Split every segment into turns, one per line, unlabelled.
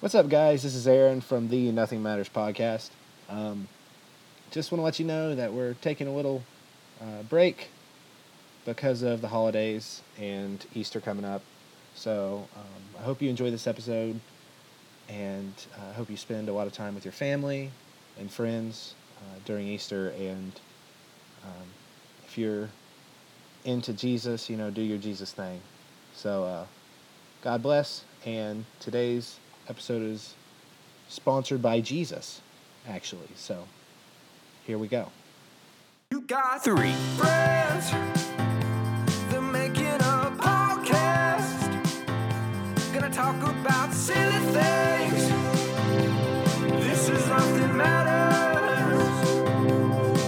What's up, guys? This is Aaron from the Nothing Matters podcast. Um, just want to let you know that we're taking a little uh, break because of the holidays and Easter coming up. So um, I hope you enjoy this episode, and uh, I hope you spend a lot of time with your family and friends uh, during Easter. And um, if you're into Jesus, you know, do your Jesus thing. So uh, God bless. And today's episode is sponsored by Jesus, actually. So here we go.
You got three friends. They're making a podcast. Gonna talk about silly things. This is nothing matters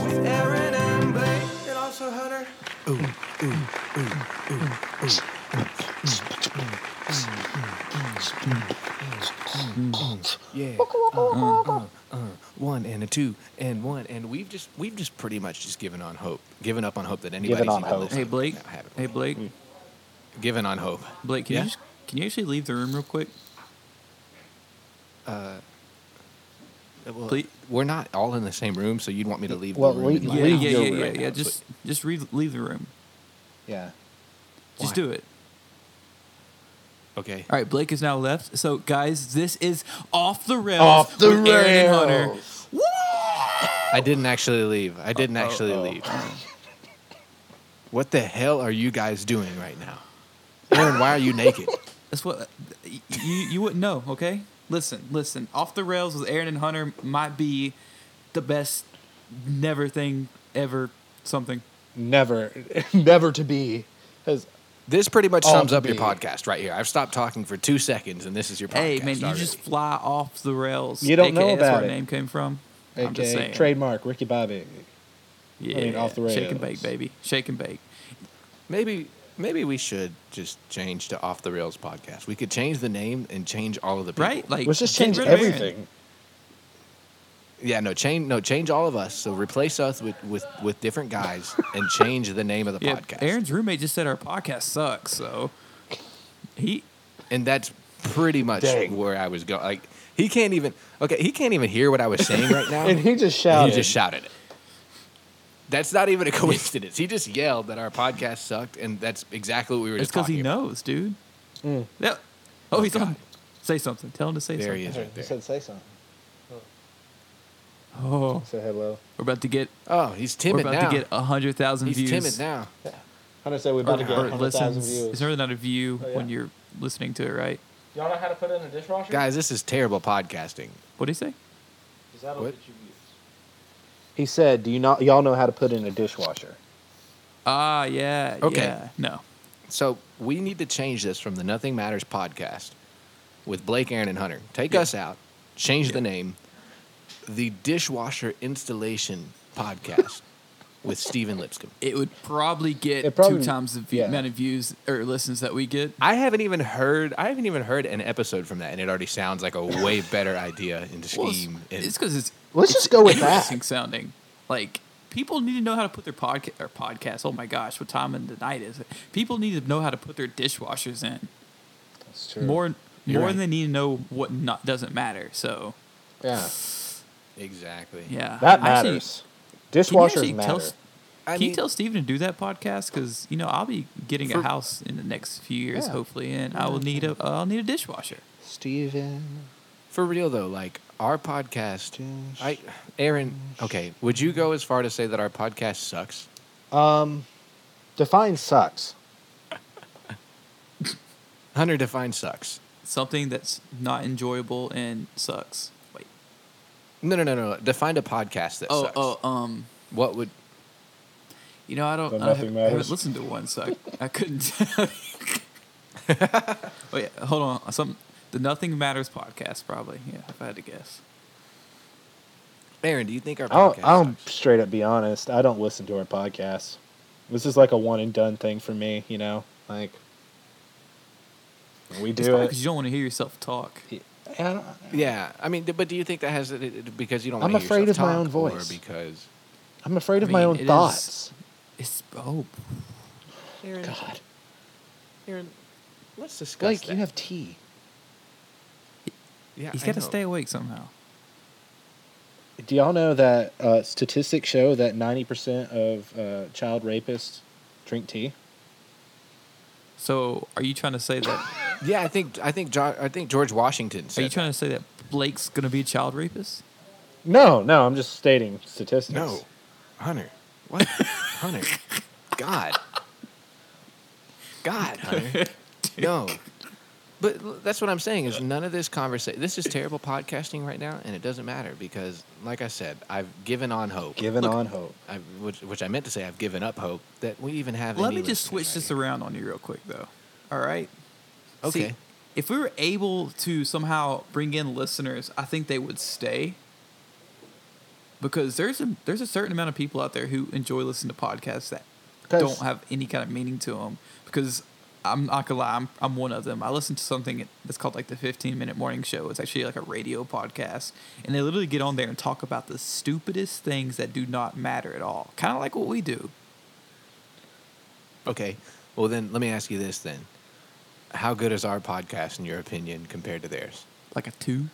with Aaron and Blake and also Hunter.
Yeah. Uh, uh, uh, one and a two and one and we've just we've just pretty much just given on hope, given up on hope that anybody's
on
even
hope.
listening.
Hey Blake.
No, I haven't.
hey Blake.
Mm.
given on hope.
Blake, can
Yeah?
you just, can you actually leave the room real quick?
Well,
please-
We're not all in the same room, so you'd want me to leave
Well,
the room.
we-
and,
Yeah,
like,
yeah,
leave your
yeah, yeah,
room
yeah,
right
yeah.
now,
Just just re- leave the room.
Yeah.
Why?
Just do it.
okay.
All right, Blake is now left. So guys, this is off the rails.
Off the
with Aaron and Hunter.
rails.
I didn't actually leave. I didn't actually leave. what the hell are you guys doing right now? Aaron, why are you naked?
That's what you you wouldn't know. Okay, listen, listen. Off the rails with Aaron and Hunter might be the best never thing ever. Something.
Never, never to be. Has
This pretty much
All
sums
to
up your
be.
podcast right here. I've stopped talking for two seconds, and this is your podcast.
Hey man, you
already.
just fly off the rails.
You don't know
AKA, that's
about
where
it.
Name came from. I'm just
AKA
saying.
trademark Ricky Bobby.
Yeah,
mean, off the
Shake and
rails.
bake, baby. Shake and bake.
Maybe maybe we should just change to off the rails podcast. We could change the name and change all of the people.
Right? Like
Let's just
get
change
rid of Aaron.
everything.
Yeah, no, change no, change all of us. So replace us with with, with different guys and change the name of the
Yeah,
podcast.
Aaron's roommate just said our podcast sucks, so he
and that's pretty much
Dang.
where I was going. Like he can't even okay, he can't even hear what I was saying right now.
And he just
he
shouted.
just shouted it. That's not even a coincidence. He just yelled that our podcast sucked, and that's exactly what we were
it's
just
because
talking
he
about.
knows, dude.
Mm.
Yeah. Oh, he's on. Say something. Tell him to say
There he
something.
is right
He
there.
said say something.
Oh,
Say hello.
we're about to get
Oh, he's
we're
timid
about
now.
to get hundred thousand
he's
views.
timid now.
Hunter said we're
Or,
about to get
or
100,000
listens. It's
views.
really not a view
Oh, yeah.
when you're listening to it, right?
Y'all know how to put it in a dishwasher?
Guys, this is terrible podcasting.
What do you say?
Because that'll
what?
get you views.
He said, "Do you not y'all know how to put in a dishwasher?"
Ah, yeah.
Okay.
Yeah. No.
So we need to change this from the Nothing Matters podcast with Blake, Aaron, and Hunter. Take
Yeah.
us out, change the name, the Dishwasher Installation Podcast with Steven Lipscomb.
It would probably get
It probably-
two times the view,
yeah.
amount of views or listens that we get.
I haven't even heard. I haven't even heard an episode from that, and it already sounds like a way better idea and
Well, it's-
scheme. and-
it's because it's
Let's just go with that.
interesting sounding. Like people need to know how to put their podcast or podcast. Oh my gosh, what time of the night is it? People need to know how to put their dishwashers in
That's true.
more
You're
more
right.
than they need to know what not doesn't matter. So
yeah,
exactly.
yeah,
that
Actually,
matters.
can you
Dishwashers
actually
matter.
tell, s-
I
can
mean-
you tell Steven to do that podcast? Because you know I'll be getting
For-
a house in the next few years,
Yeah.
hopefully, and I will need a I'll need a dishwasher.
Steven.
For real though, like our podcast, I, Aaron. Okay, would you go as far to say that our podcast sucks?
Um, define sucks.
Hunter define sucks.
Something that's not enjoyable and sucks. Wait.
No, no, no, no. Define a podcast that
Oh,
sucks.
oh, um,
What would
You know, I don't.
But
I
nothing
haven't,
matters.
haven't listened to one, so I, I couldn't. tell you. oh yeah, hold on. Some the Nothing Matters podcast, probably. Yeah, if I had to guess.
Aaron? Do you think our
I'll,
podcast?
I'll
sucks?
straight up be honest. I don't listen to our podcasts. This is like a one and done thing for me, you know? Like, we do
because
it.
you don't want to hear yourself talk.
I don't-
Yeah, I mean, but do you think that has it- it because you don't?
I'm
wanna hear
afraid
yourself
of my
talk
own voice.
Or because
I'm afraid of
I
my
mean,
own
it is-
thoughts.
It's oh,
Aaron,
God.
Aaron, let's discuss
Blake,
that.
you have tea.
Yeah,
He's
I
got to
know.
stay awake somehow.
Do y'all know that uh, statistics show that 90% of uh, child rapists drink tea?
So, are you trying to say that?
Yeah, I think I think jo- I think George Washington.
are
Said
you trying to say that Blake's gonna be a child rapist?
No, no, I'm just stating statistics.
No, Hunter. What, Hunter? God, God, Hunter. No, but l- that's what I'm saying is none of this conversation. This is terrible podcasting right now, and it doesn't matter because, like I said, I've given on hope.
Given on hope.
I, which, which I meant to say, I've given up hope that we even have.
Let
any
me just
listeners
switch
right
this
now.
around on you real quick, though. All right.
Okay.
See, if we were able to somehow bring in listeners, I think they would stay. Because there's a there's a certain amount of people out there who enjoy listening to podcasts that
'Cause-
don't have any kind of meaning to them. Because I'm not gonna lie, I'm I'm one of them. I listen to something that's called like the 15 minute morning show. It's actually like a radio podcast, and they literally get on there and talk about the stupidest things that do not matter at all. Kind of like what we do.
Okay. Well, then let me ask you this then. How good is our podcast in your opinion compared to theirs?
Like a two.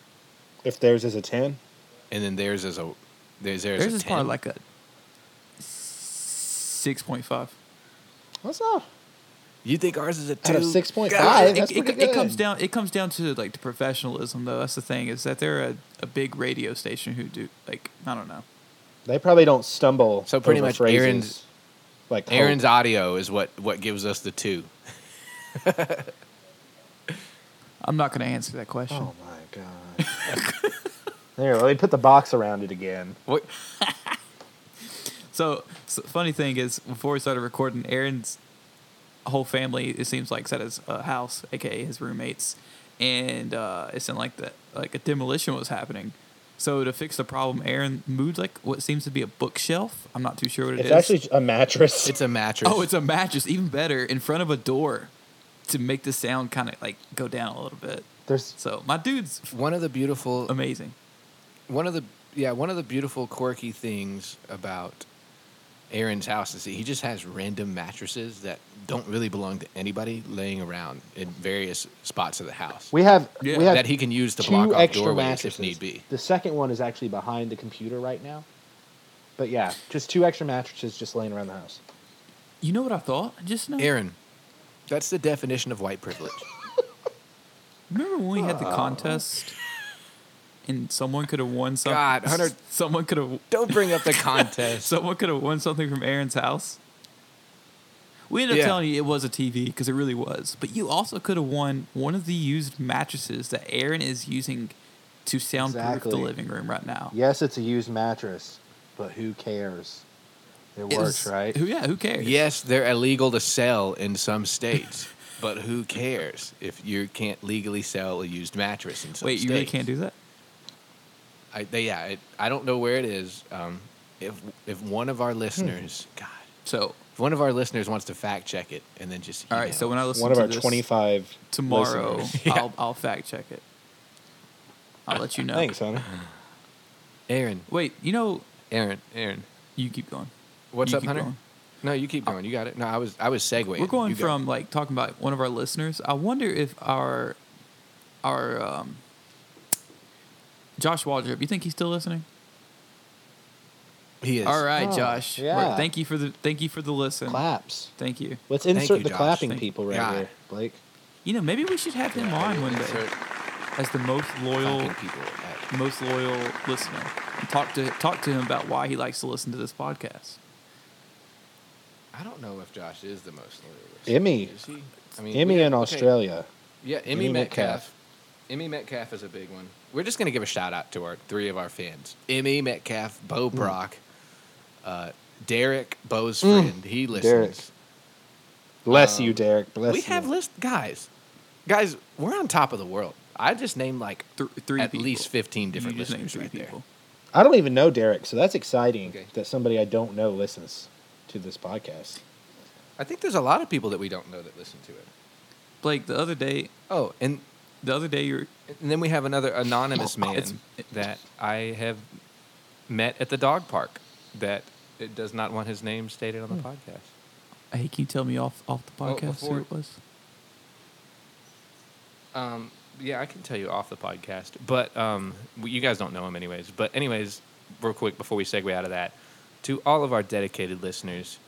If theirs is a 10,
And then theirs is a there's theirs,
Theirs
a
is probably
10?
like a six point five.
that's not.
You think ours is a two?
Out of 6.5,
God,
that's
it, it,
pretty
it comes
good.
down. It comes down to like the professionalism, though. That's the thing is that they're a, a big radio station who do like I don't know.
They probably don't stumble.
So pretty
over
much
phrases
Aaron's-
like hope.
Aaron's audio is what what gives us the two.
I'm not going to answer that question.
Oh my god. there, let me put the box around it again.
What?
So, so funny thing is, before we started recording, Aaron's whole family it seems like is at his uh, house, aka his roommates, and uh, it seemed like that like a demolition was happening. So to fix the problem, Aaron moved like what seems to be a bookshelf. I'm not too sure what it
It's
is.
actually a mattress.
It's a mattress.
oh, it's a mattress, even better, in front of a door to make the sound kind of like go down a little bit.
There's
So my dude's
one of the beautiful
amazing.
one of the yeah one of the beautiful quirky things about Aaron's house is that he just has random mattresses that don't really belong to anybody laying around in various spots of the house
we have
Yeah.
we have
that he can use to
two
block off
extra
doorways
mattresses.
if need be.
The second one is actually behind the computer right now. But yeah, just two extra mattresses just laying around the house.
You know what I thought just now?
Aaron, that's the definition of white privilege.
Remember when we had the contest and someone could have won something?
God, Hunter-
Someone could have
Don't bring up the contest.
someone could have won something from Aaron's house. We ended up
Yeah.
telling you it was a TV because it really was. But you also could have won one of the used mattresses that Aaron is using to soundproof
Exactly.
the living room right now.
Yes, it's a used mattress, but who cares? It
It
works,
was-
right?
Who, yeah, who cares?
yes, they're illegal to sell in some states, but who cares if you can't legally sell a used mattress in some
Wait,
states?
you really can't do that?
I, they, yeah, it, I don't know where it is. Um, if if one of our
Hmm.
listeners, God,
So,
if one of our listeners wants to fact check it and then just
all right.
email
So when I
us.
listen
One of
to
our
this
25
tomorrow,
listeners.
I'll, I'll fact check it. I'll let you know.
Thanks, honey.
Aaron,
Wait, you know,
Aaron, Aaron,
you keep going.
what's
You
up,
keep
Hunter?
going.
No, you keep going. You got it. No, I was I was segueing.
We're going
You go.
from like talking about one of our listeners. I wonder if our our um, Josh Waldrop, you think he's still listening?
he is.
All right,
Oh,
Josh.
yeah.
Well, Thank you for the thank you for the listen.
Claps.
Thank you.
Let's
Thank
insert
you,
the
Josh.
clapping
Thank-
people right
God.
here, Blake.
You know, maybe we should have him on one day
Insert
as the most loyal
clapping people. at-
most loyal listener. And talk to talk to him about why he likes to listen to this podcast.
I don't know if Josh is the most loyal.
Emmy.
Is he? I mean,
Emmy
we-
in
okay.
Australia.
Yeah, Emmy,
Emmy
Metcalf.
Metcalf.
Emmy Metcalf is a big one. We're just gonna give a shout out to our three of our fans: Emmy Metcalf, Bo Brock, uh, Derek, Bo's friend. He listens.
Bless
Um,
you, Derek. Bless
we
you.
have list guys. Guys, we're on top of the world. I just named like
Th- three
at
people.
least fifteen
You
different
just named
listeners
three
right there.
people.
I don't even know Derek, so that's exciting
Okay.
that somebody I don't know listens to this podcast.
I think there's a lot of people that we don't know that listen to it.
Blake, the other day,
Oh, and
the other day you're
And then we have another anonymous man
Oh, It's-
that I have met at the dog park that it does not want his name stated on the podcast.
Hey,
Oh,
can you tell me off off the
Well,
podcast who
before-
it was?
Um, yeah, I can tell you off the podcast, but um, we- you guys don't know him anyways. But anyways, real quick before we segue out of that, to all of our dedicated listeners,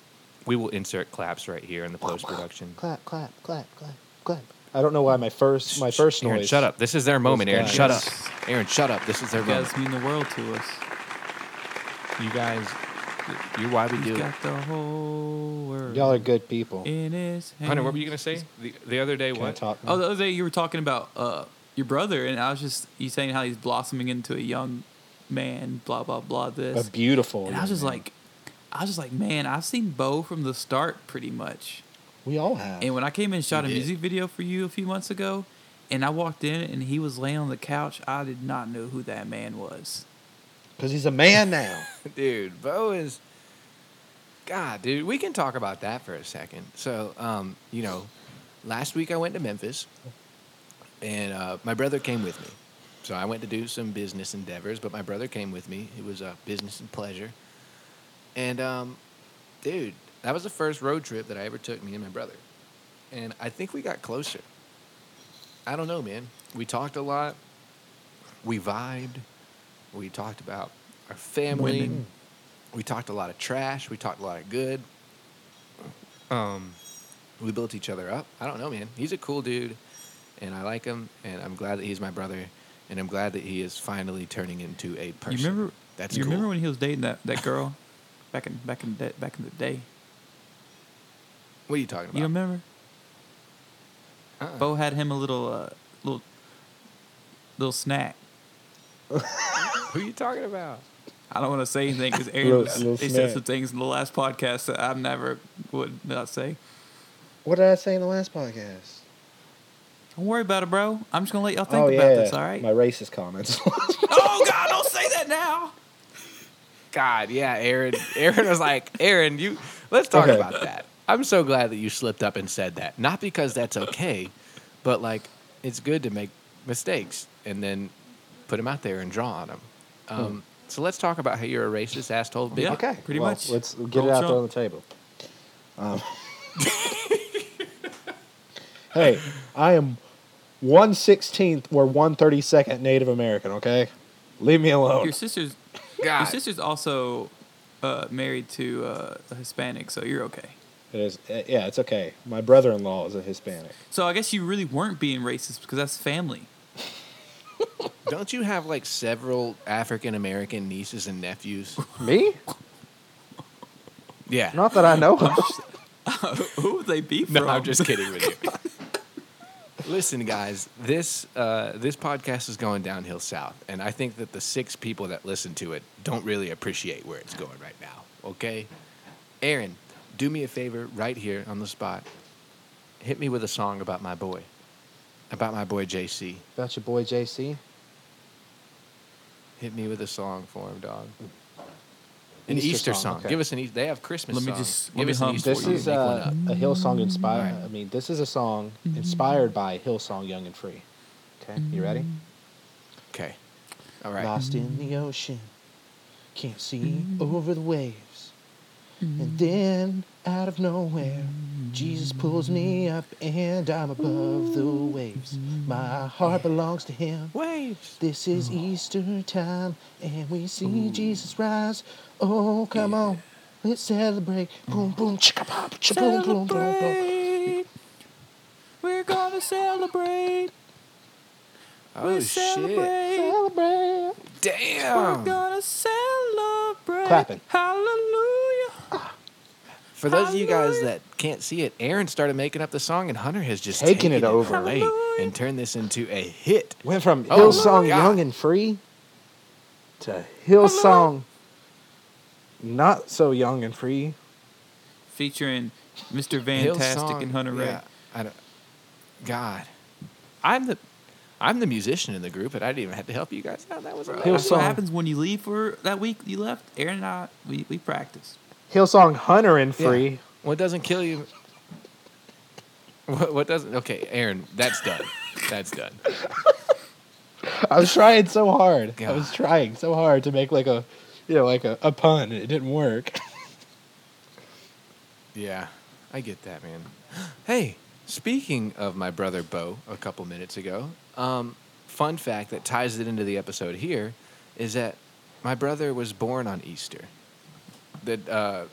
we will insert claps right here in the post production.
Clap, clap, clap, clap, clap. I don't know why my first my first
Aaron,
noise.
shut up. This is their moment, Aaron.
guys.
Shut up. Aaron, shut up. This is their
You guys
moment.
mean the world to us.
You guys, you're why we
He's
do it.
got the whole world
Y'all are good people.
in his hands.
Hunter, what were you gonna say the, the other day?
Can I
what?
talk now?
Oh, the other day you were talking about uh, your brother, and I was just you saying how he's blossoming into a young man, blah blah blah.
a
This,
beautiful.
and I was
young
just
man.
like, I was just like, man, I've seen Bo from the start, pretty much.
we all have.
And when I came and shot a
did.
music video for you a few months ago, and I walked in and he was laying on the couch, I did not know who that man was.
Because he's a man now.
dude, Bo is. God, dude, we can talk about that for a second. So, um, you know, last week I went to Memphis, and uh, my brother came with me. So I went to do some business endeavors, but my brother came with me. It was uh, business and pleasure. And, um, dude, that was the first road trip that I ever took, me and my brother. And I think we got closer. I don't know, man. We talked a lot. We vibed. We talked about our family.
Women.
We talked a lot of trash. We talked a lot of good. Um, we built each other up. I don't know, man. He's a cool dude, and I like him, and I'm glad that he's my brother, and I'm glad that he is finally turning into a person.
You remember?
That's
you
cool.
remember when he was dating that, that girl, back in back in the, back in the day.
what are you talking about?
You don't remember?
Uh-uh.
Bo had him a little uh, little little snack.
Who are you talking about?
I don't want to say anything because Aaron
Little-
was,
little
he said
snack.
some things in the last podcast that I never would not say.
what did I say in the last podcast?
Don't worry about it, bro. I'm just gonna let y'all think about this. All right.
Oh, My racist comments.
oh God! Don't say that now.
God, yeah, Aaron. Aaron was like, Aaron, you. Let's talk
Okay.
about that. I'm so glad that you slipped up and said that. Not because that's okay, but like, it's good to make mistakes and then put them out there and draw on them.
Hmm.
Um, So let's talk about how you're a racist asshole. Bitch.
Yeah.
okay.
pretty
well,
much.
Let's get
Donald
it out
Trump.
there on the table. Um, hey, I am one sixteenth or one thirty second Native American. Okay, leave me alone.
Your sister's
God.
your sister's also uh, married to uh, a Hispanic, so you're okay.
It is. uh, Yeah, it's okay. My brother in law is a Hispanic.
So I guess you really weren't being racist because that's family.
Don't you have like several African American nieces and nephews?
Me?
Yeah.
Not that I know. of.
Who would they be from?
No, I'm just kidding with you. Listen, guys, this uh, this podcast is going downhill south, and I think that the six people that listen to it don't really appreciate where it's going right now. Okay, Aaron, do me a favor right here on the spot. Hit me with a song about my boy, about my boy JC.
About your boy JC.
Hit me with a song for him, dog. An
Easter
Easter,
song,
song.
okay.
Give us an. Eas- They have Christmas.
Let me
songs.
just- let
give
me
us an
hum
Easter.
This
song.
is
Make one
uh,
up.
a Hillsong inspired.
Alright.
I mean, this is a song inspired by Hillsong Young and Free. Okay, you ready?
okay. All right.
Lost in the ocean, can't see over the waves. And then, out of nowhere, Jesus pulls me up and I'm above the waves. My heart belongs to Him.
Waves.
This is Easter time and we see Jesus rise. Oh, come on, let's celebrate. Boom, boom, chicka pop, cha boom, boom, boom, boom.
Celebrate. We're gonna celebrate.
Oh
we
shit!
celebrate.
Celebrate.
We're
Damn.
gonna celebrate.
Clapping.
Hallelujah.
For those of you guys that can't see it, Aaron started making up the song, and Hunter has just
Taking
taken
it over.
away and turned this into a hit.
Went from
Oh,
Hillsong
God.
Young and Free to Hillsong Not So Young and Free.
Featuring Mr. Fantastic and Hunter Ray.
yeah, I don't, God, I'm the I'm the musician in the group, and I didn't even have to help you guys out. That was
Hill-
amazing.
That's what
Hillsong.
happens when you leave for that week you left. Aaron and I, we, we practice.
Hillsong Hunter and
Yeah.
Free.
What doesn't kill you? What, what doesn't? Okay, Aaron, that's done. that's done.
I was trying so hard. I was
God.
trying so hard to make like a you know, like a, a pun and it didn't work.
Yeah, I get that, man. Hey, Speaking of my brother Bo, a couple minutes ago, um, fun fact that ties it into the episode here is that my brother was born on Easter. That uh,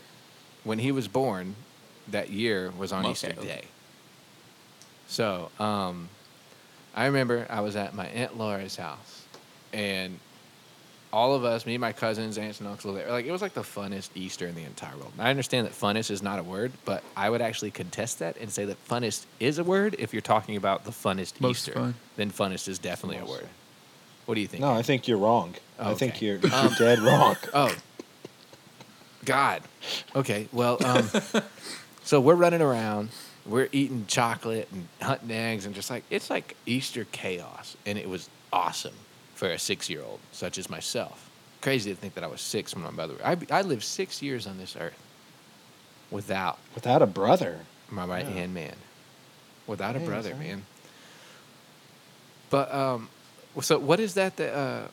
when he was born, that year was on
Okay.
Easter Day. So um, I remember I was at my aunt Laura's house, and all of us, me, and my cousins, aunts, and uncles, there, like it was like the funnest Easter in the entire world. And I understand that funnest is not a word, but I would actually contest that and say that funnest is a word if you're talking about the funnest
Most
Easter.
fun.
Then funnest is definitely a word. What do you think?
No, I think you're wrong. I think
Okay. Um,
you're, you're dead wrong.
Oh, God. Okay. Well, um, so we're running around, we're eating chocolate and hunting eggs, and just like it's like Easter chaos, and it was awesome for a six-year-old such as myself. Crazy to think that I was six when my mother. I I lived six years on this earth without
Without a brother,
my right
Yeah.
hand man. Without a
Yeah,
brother,
son.
man. But um, so what is that that uh,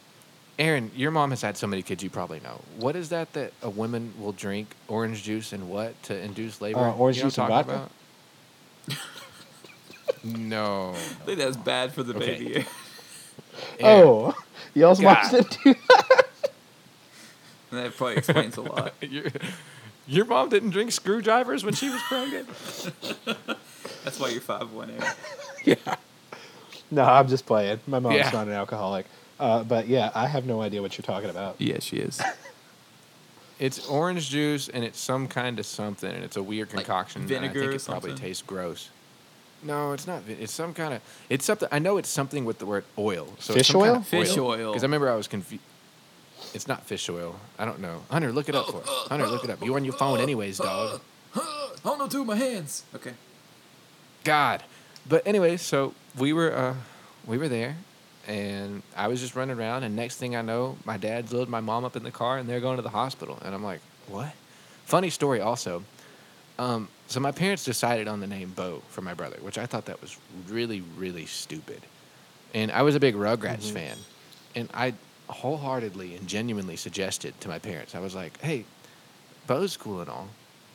Aaron, your mom has had so many kids, you probably know. What is that that a woman will drink orange juice and what to induce labor?
Uh, orange
You know
juice and
what I'm
vodka?
talking about?
I think that's bad for the
Okay.
baby.
no. Aaron,
Oh, y'all's
God.
watched it too.
and that probably explains a lot.
your, your mom didn't drink screwdrivers when she was pregnant.
That's why you're five one eight.
no, I'm just playing. My mom's
Yeah.
not an alcoholic, uh, but yeah, I have no idea what you're talking about.
Yeah, she is.
It's orange juice and it's some kind of something and it's a weird concoction. and
vinegar
I
or
think it probably
something?
tastes gross. No, it's not. vin- It's some kind of. It's something. I know it's something with the word oil. So
Fish
it's some kind
oil?
of
Fish oil.
Because I remember I was confused. It's not fish oil. I don't know. Hunter, look it up for us. Hunter, look it up. You're on your phone anyways, dog.
Hold on to my hands. Okay.
God. But anyway, so we were uh, we were there, and I was just running around, and next thing I know, my dad's loaded my mom up in the car, and they're going to the hospital, and I'm like, what? Funny story, also. Um, so my parents decided on the name Bo for my brother, which I thought that was really, really stupid. And I was a big Rugrats fan, and I wholeheartedly and genuinely suggested to my parents, I was like, hey, Bo's cool and all,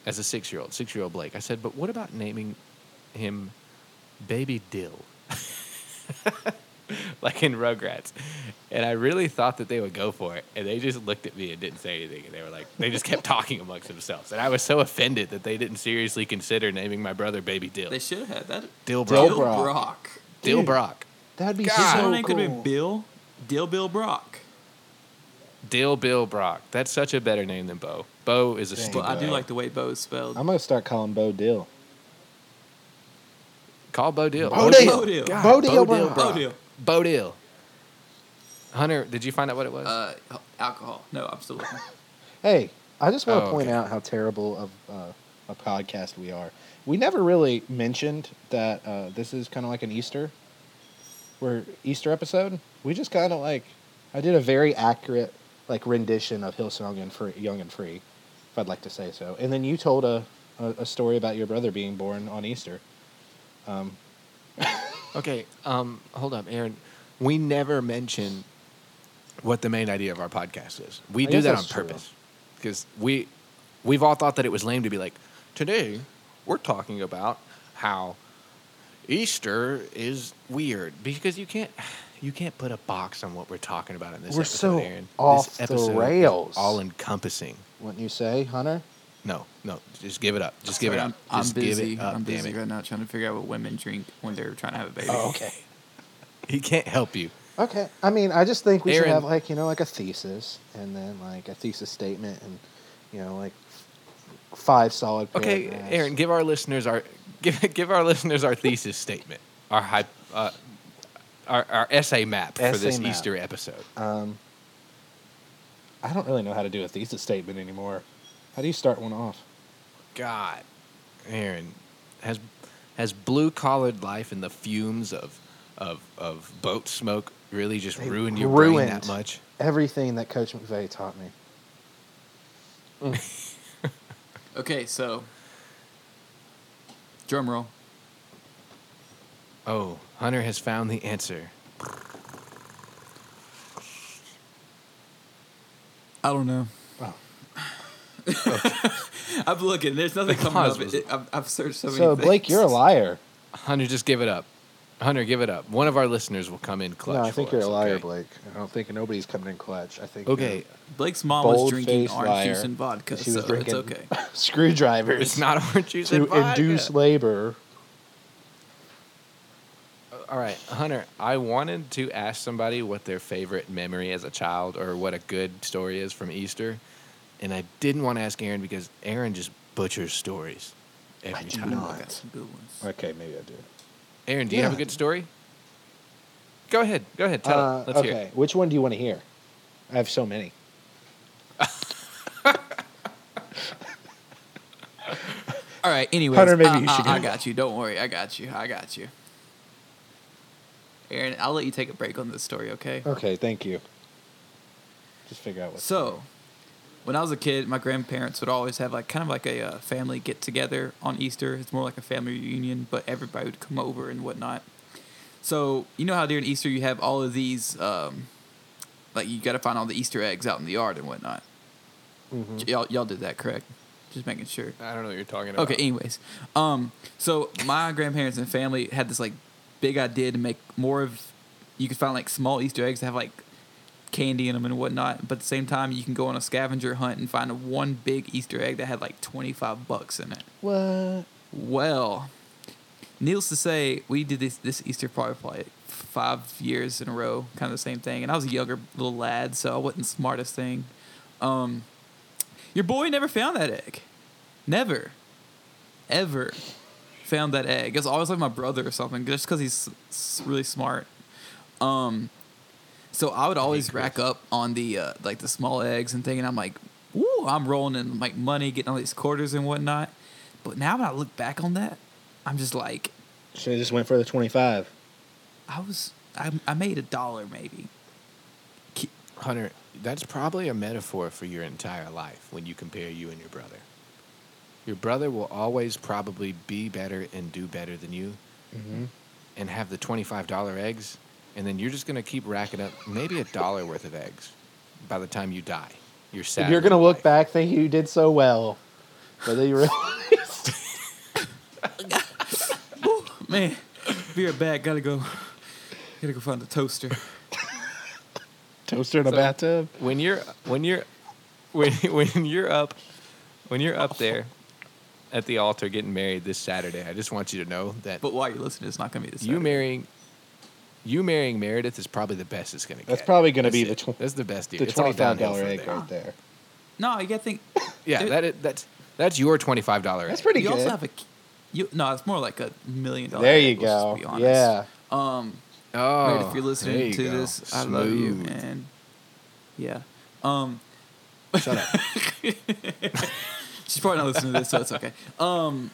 as a six year old, six year old Blake. I said, but what about naming him Baby Dill? like in Rugrats. And I really thought that they would go for it. And they just looked at me and didn't say anything. And they were like, they just kept talking amongst themselves. And I was so offended that they didn't seriously consider naming my brother Baby Dill.
They should have had that.
Dill
Dill
Dill
Brock.
Brock.
Brock. Ah,
Dill
Dude.
Brock.
That'd be
His
God.
so
middle name could have
cool.
been Bill. Dill Bill Brock.
Dill Bill Brock. That's such a better name than Bo. Bo is a
Dang.
But
stupid.
I do
Bo.
like the way Bo is spelled.
I'm gonna start calling Bo Dill.
Call Bo Dill.
Bo Dill.
Bo Dill.
God,
Bo Dill Brock.
Bo Dill.
Bo Dill. Hunter, did you find out what it was?
Uh, alcohol. No, I'm still looking.
Hey, I just want to
Oh,
point
okay.
out how terrible of uh, a podcast we are. We never really mentioned that uh, this is kind of like an Easter, where Easter episode. We just kind of like, I did a very accurate like rendition of Hillsong and Free, Young and Free, if I'd like to say so. And then you told a, a, a story about your brother being born on Easter. Um,
Okay, um, hold up, Aaron. We never mention what the main idea of our podcast is. We
I
do
guess
that on
that's true.
purpose because we we've all thought that it was lame to be like today we're talking about how Easter is weird because you can't you can't put a box on what we're talking about in this
We're
episode,
so
Aaron.
off
this
the
episode
rails.
all encompassing.
wouldn't you say, Hunter?
No, no, just give it up. Just give it
Sorry,
up.
I'm, I'm
Just
busy.
Give it up,
I'm
damn
busy
it.
right now trying to figure out what women drink when they're trying to have a baby.
Oh, okay.
He can't help you.
Okay. I mean, I just think we should
Aaron-
have like you know like a thesis and then like a thesis statement and you know like five solid.
Okay,
paragraphs.
Aaron, give our listeners our give give our listeners our thesis statement, our hy- uh, our our essay map for this
Essay map.
Easter episode.
Um, I don't really know how to do a thesis statement anymore. How do you start one off?
God, Aaron, has has blue collared life and the fumes of of of boat smoke really just
They
ruined your brain
ruined-
that much?
Everything that Coach McVay taught me.
Okay, so drum roll.
Oh, Hunter has found the answer.
I don't know.
Oh.
I'm looking. There's nothing
The
coming up.
pause was-
It- I've, I've searched so many.
So Blake,
things.
you're a liar.
Hunter, just give it up. Hunter, give it up. One of our listeners will come in clutch.
no, I think
for
you're
us,
a liar,
okay?
Blake. I don't think nobody's coming in clutch. I think you're
Okay,
Blake's mom was drinking
bold-faced
orange
liar.
juice and vodka,
She was
so
drinking
it's okay.
screwdrivers
it's not orange juice
to
and vodka.
induce labor.
All right, Hunter, I wanted to ask somebody what their favorite memory as a child or what a good story is from Easter. And I didn't want to ask Aaron because Aaron just butchers stories every
do
time.
not.
Got some good ones.
Okay, maybe I do.
Aaron, do you have a
Yeah.
good story? Go ahead. Go ahead. Tell
Uh,
it. Let's
okay,
hear it.
which one do you want to hear? I have so many.
All right. Anyways,
Hunter, maybe
I,
you
I-
should
I
go.
got you. Don't worry. I got you. I got you. Aaron, I'll let you take a break on this story, okay?
Okay, thank you. Just figure out what.
So, when I was a kid, my grandparents would always have like kind of like a uh, family get together on Easter. It's more like a family reunion, but everybody would come over and whatnot. So you know how during Easter you have all of these, um, like you got to find all the Easter eggs out in the yard and whatnot.
Mhm.
Y'all, y'all did that correct? Just making sure.
I don't know what you're talking about.
Okay. Anyways, um, so my grandparents and family had this like big idea to make more of. You could find like small Easter eggs that have like candy in them and whatnot, but at the same time you can go on a scavenger hunt and find one big Easter egg that had like twenty five bucks in it.
What?
Well, needless to say, we did this this Easter probably for, like five years in a row, kind of the same thing. And I was a younger little lad, so I wasn't the smartest thing. Um, your boy never found that egg. Never, ever found that egg. It's always like my brother or something, just because he's s- s- really smart. Um, so I would always rack up on the uh, like the small eggs and thinking I'm like, ooh, I'm rolling in like money, getting all these quarters and whatnot. But now when I look back on that, I'm just like,
Should have just went for the twenty-five.
I was I, I made a dollar maybe.
Hunter, that's probably a metaphor for your entire life when you compare you and your brother. Your brother will always probably be better and do better than you
Mm-hmm.
and have the $25 eggs, and then you're just going to keep racking up maybe a dollar worth of eggs by the time you die. You're sad.
You're gonna
little
look
life.
back thinking you did so well, but then you realize
Man, be right back. Gotta go. Gotta go find the toaster.
toaster in a
So-
bathtub.
When you're when you're when, when you're up when you're up there at the altar getting married this Saturday, I just want you to know that
But while you're listening, it's not gonna be this.
you marrying you marrying Meredith is probably the best it's gonna get.
That's probably gonna be
it.
the tw-
that's the best deal.
The
It's all
twenty-five
downhill
dollar
from
egg
there.
right there.
No, you gotta think.
Yeah,
Dude.
that is, that's that's your twenty five dollar.
That's pretty
you
good.
also have a. k- You no, it's more like a million dollar.
there you
egg, let's just
go.
be honest.
Yeah.
Um,
Oh,
Meredith, if you're
there
listening
you
to
go.
this, I love you,
Smooth.
man. Yeah. Um,
Shut up.
she's probably not listening to this, so it's okay. Um,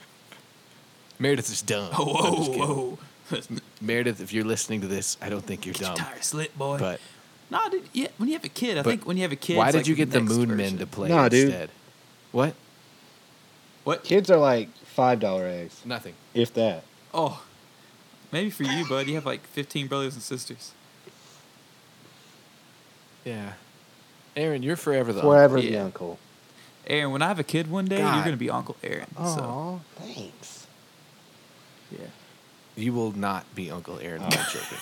Meredith is dumb.
whoa,
I'm just kidding.
whoa, whoa.
Meredith, if you're listening to this, I don't think you're
Get your
dumb.
tire slit, boy.
But
Nah, dude. Yeah, when you have a kid, I
But
think when you have a kid.
why
it's
did
like
you get the
next
Moon
version.
Men to play
Nah, dude.
instead? What?
What?
Kids are like five dollar eggs,
Nothing.
if that.
Oh, maybe for you, bud. You have like 15 brothers and sisters.
Yeah. Aaron, you're forever the
Forever the
yeah.
uncle.
Aaron, when I have a kid one day,
God.
you're gonna be Uncle Aaron.
Oh,
So
thanks.
yeah,
You will not be Uncle Aaron to my children.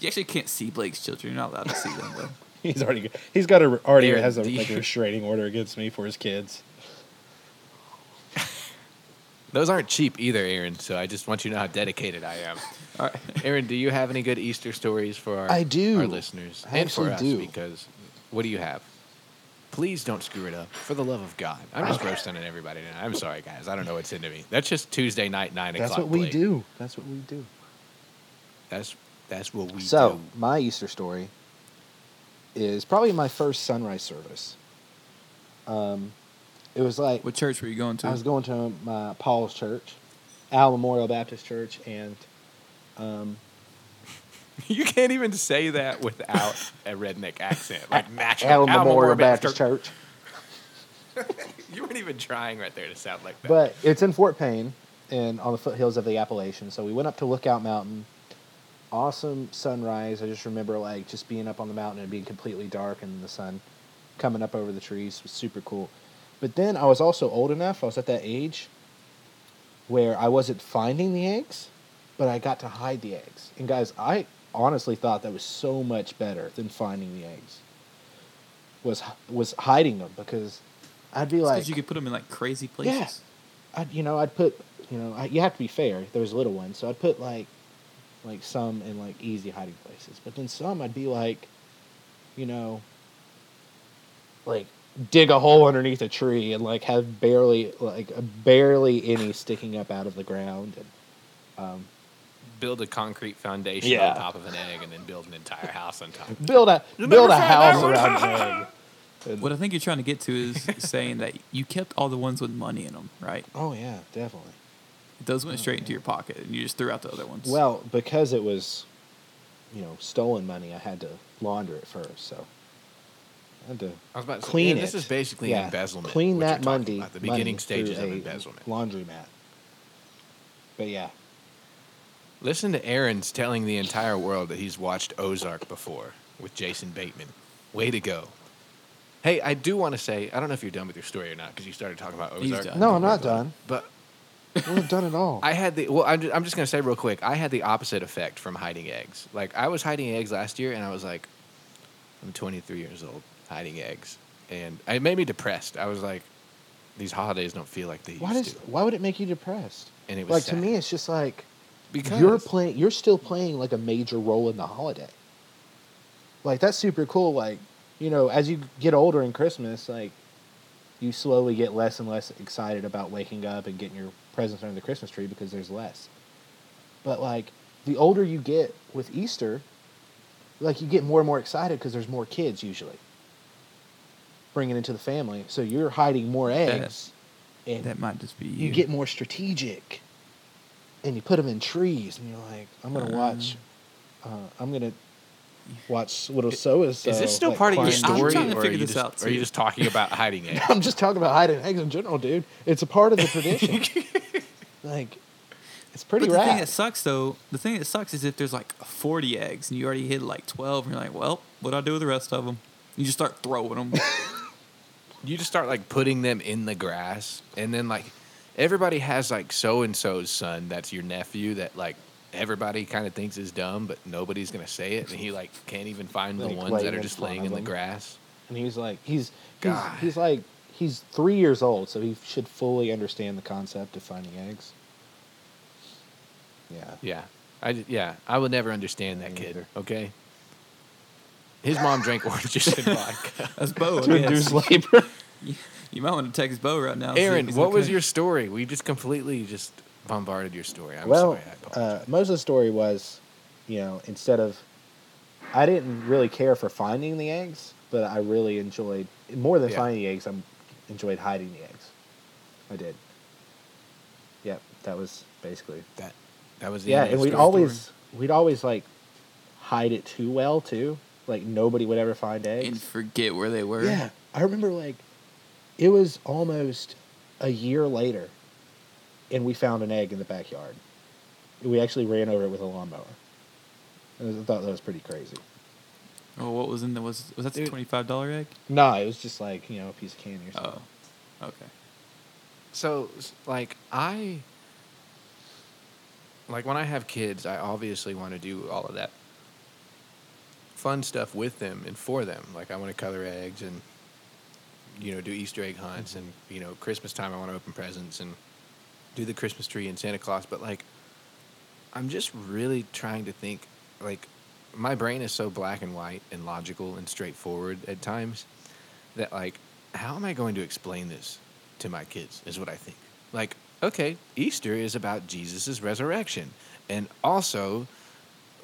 you actually can't see Blake's children. You're not allowed to see them though.
He's already he's got a already
Aaron,
has a
do you-
like a restraining order against me for his kids.
Those aren't cheap either, Aaron. So I just want you to know how dedicated I am.
All right.
Aaron, do you have any good Easter stories for our,
I do.
our listeners
I
and for
actually
us?
do.
Because what do you have? Please don't screw it up. For the love of God, I'm just roasting on everybody now. I'm sorry, guys. I don't know what's into me. That's just Tuesday night, nine
That's
o'clock.
what we
Blake.
do. That's what we do.
That's that's what we
so
do.
my Easter story is probably my first sunrise service. Um, it was like
What church were you going to?
I was going to my Paul's church, Al Memorial Baptist Church, and um,
You can't even say that without a redneck accent, like natural.
Al Memorial Baptist Church.
You weren't even trying right there to sound like that.
But it's in Fort Payne and on the foothills of the Appalachians. So we went up to Lookout Mountain. Awesome sunrise. I just remember like just being up on the mountain and being completely dark and the sun coming up over the trees was super cool. But then I was also old enough. I was at that age where I wasn't finding the eggs, but I got to hide the eggs. And guys, I honestly thought that was so much better than finding the eggs. Was was hiding them because I'd be
Because
like,
you could put them in like crazy places.
Yeah. I'd, you know, I'd put, you know, I, you have to be fair. There was little ones, so I'd put like, like some in like easy hiding places, but then some I'd be like, you know, like dig a hole underneath a tree and like have barely like barely any sticking up out of the ground and. Um,
Build a concrete foundation
Yeah.
on top of an egg and then build an entire house on top.
build a build a house around an egg.
What I think you're trying to get to is saying that you kept all the ones with money in them, right?
Oh yeah, definitely.
Those went straight into your pocket, and you just threw out the other ones.
Well, because it was, you know, stolen money, I had to launder it first. So I had to
I was about to say,
clean
yeah,
it.
This is basically
Yeah,
embezzlement.
Clean
what you're
that
talking
Monday.
about, The
money
beginning stages of
through a
embezzlement.
Laundromat. But yeah,
Listen to Aaron's telling the entire world that he's watched Ozark before with Jason Bateman. Way to go. Hey, I do want to say, I don't know if you're done with your story or not because you started talking about
He's
Ozark.
done.
no, I'm not done.
But
I'm not done at all.
I had the well. I'm just, I'm just gonna say real quick. I had the opposite effect from hiding eggs. Like I was hiding eggs last year, and I was like, I'm 23 years old hiding eggs, and it made me depressed. I was like, these holidays don't feel like they
why
used
does
to.
why would it make you depressed?
And it was
Like to
sad.
me, it's just like
because
you're playing. You're still playing like a major role in the holiday. Like that's super cool. Like you know, as you get older in Christmas, like you slowly get less and less excited about waking up and getting your presents under the Christmas tree because there's less. But like the older you get with Easter, like you get more and more excited because there's more kids usually bringing into the family. So you're hiding more eggs, and
that might just be you.
you get more strategic and you put them in trees and you're like i'm gonna
Uh-huh.
watch uh, i'm gonna watch little so is
Is this still part of your
climbing- I'm
story,
trying to
or are
figure
you
this
just
out,
or are you
too.
just talking about hiding eggs?
i'm just talking about hiding eggs in general dude it's a part of the tradition like it's pretty
But the thing
rad
that sucks, though, the thing that sucks is if there's like 40 eggs and you already hid like 12, and you're like, well, what do I do with the rest of them? You just start throwing them.
you just start like putting them in the grass and then like everybody has like so and so's son that's your nephew that like everybody kind of thinks is dumb but nobody's gonna say it and he like can't even find the
Like,
ones
laying
that are
in
just
front
laying
of
in the
them.
grass
and he's like he's he's,
God.
he's like he's three years old so he should fully understand the concept of finding eggs yeah
yeah i d- yeah i would never understand that
Me
kid
neither.
okay his mom drank oranges and vodka
That's Bo. I
to
guess.
induce labor
You might want to text Bo right now. and see if
aaron
he's
what was
okay.
your story we just completely just bombarded your story i'm
well,
sorry I apologize.
uh, most of the story was, you know, instead of, I didn't really care for finding the eggs, but I really enjoyed more than
Yeah.
finding the eggs. I enjoyed hiding the eggs. I did. Yep, that was basically.
that that was the
Yeah,
end of
and
your
we'd
story.
always we'd always like hide it too well too. Like nobody would ever find eggs.
And forget where they were.
Yeah, I remember like it was almost a year later, and we found an egg in the backyard. We actually ran over it with a lawnmower. I was- I thought that was pretty crazy.
Oh, what was in the was was that the
Dude.
twenty five dollar egg?
No, it was just like you know a piece of candy or something.
Oh, okay.
so s- like i like when i have kids i obviously want to do all of that fun stuff with them and for them like i want to color eggs and you know do easter egg hunts
Mm-hmm.
and you know christmas time i want to open presents and do the christmas tree and santa claus but like i'm just really trying to think like my brain is so black and white and logical and straightforward at times that like how am i going to explain this to my kids is what i think like okay easter is about jesus' resurrection and also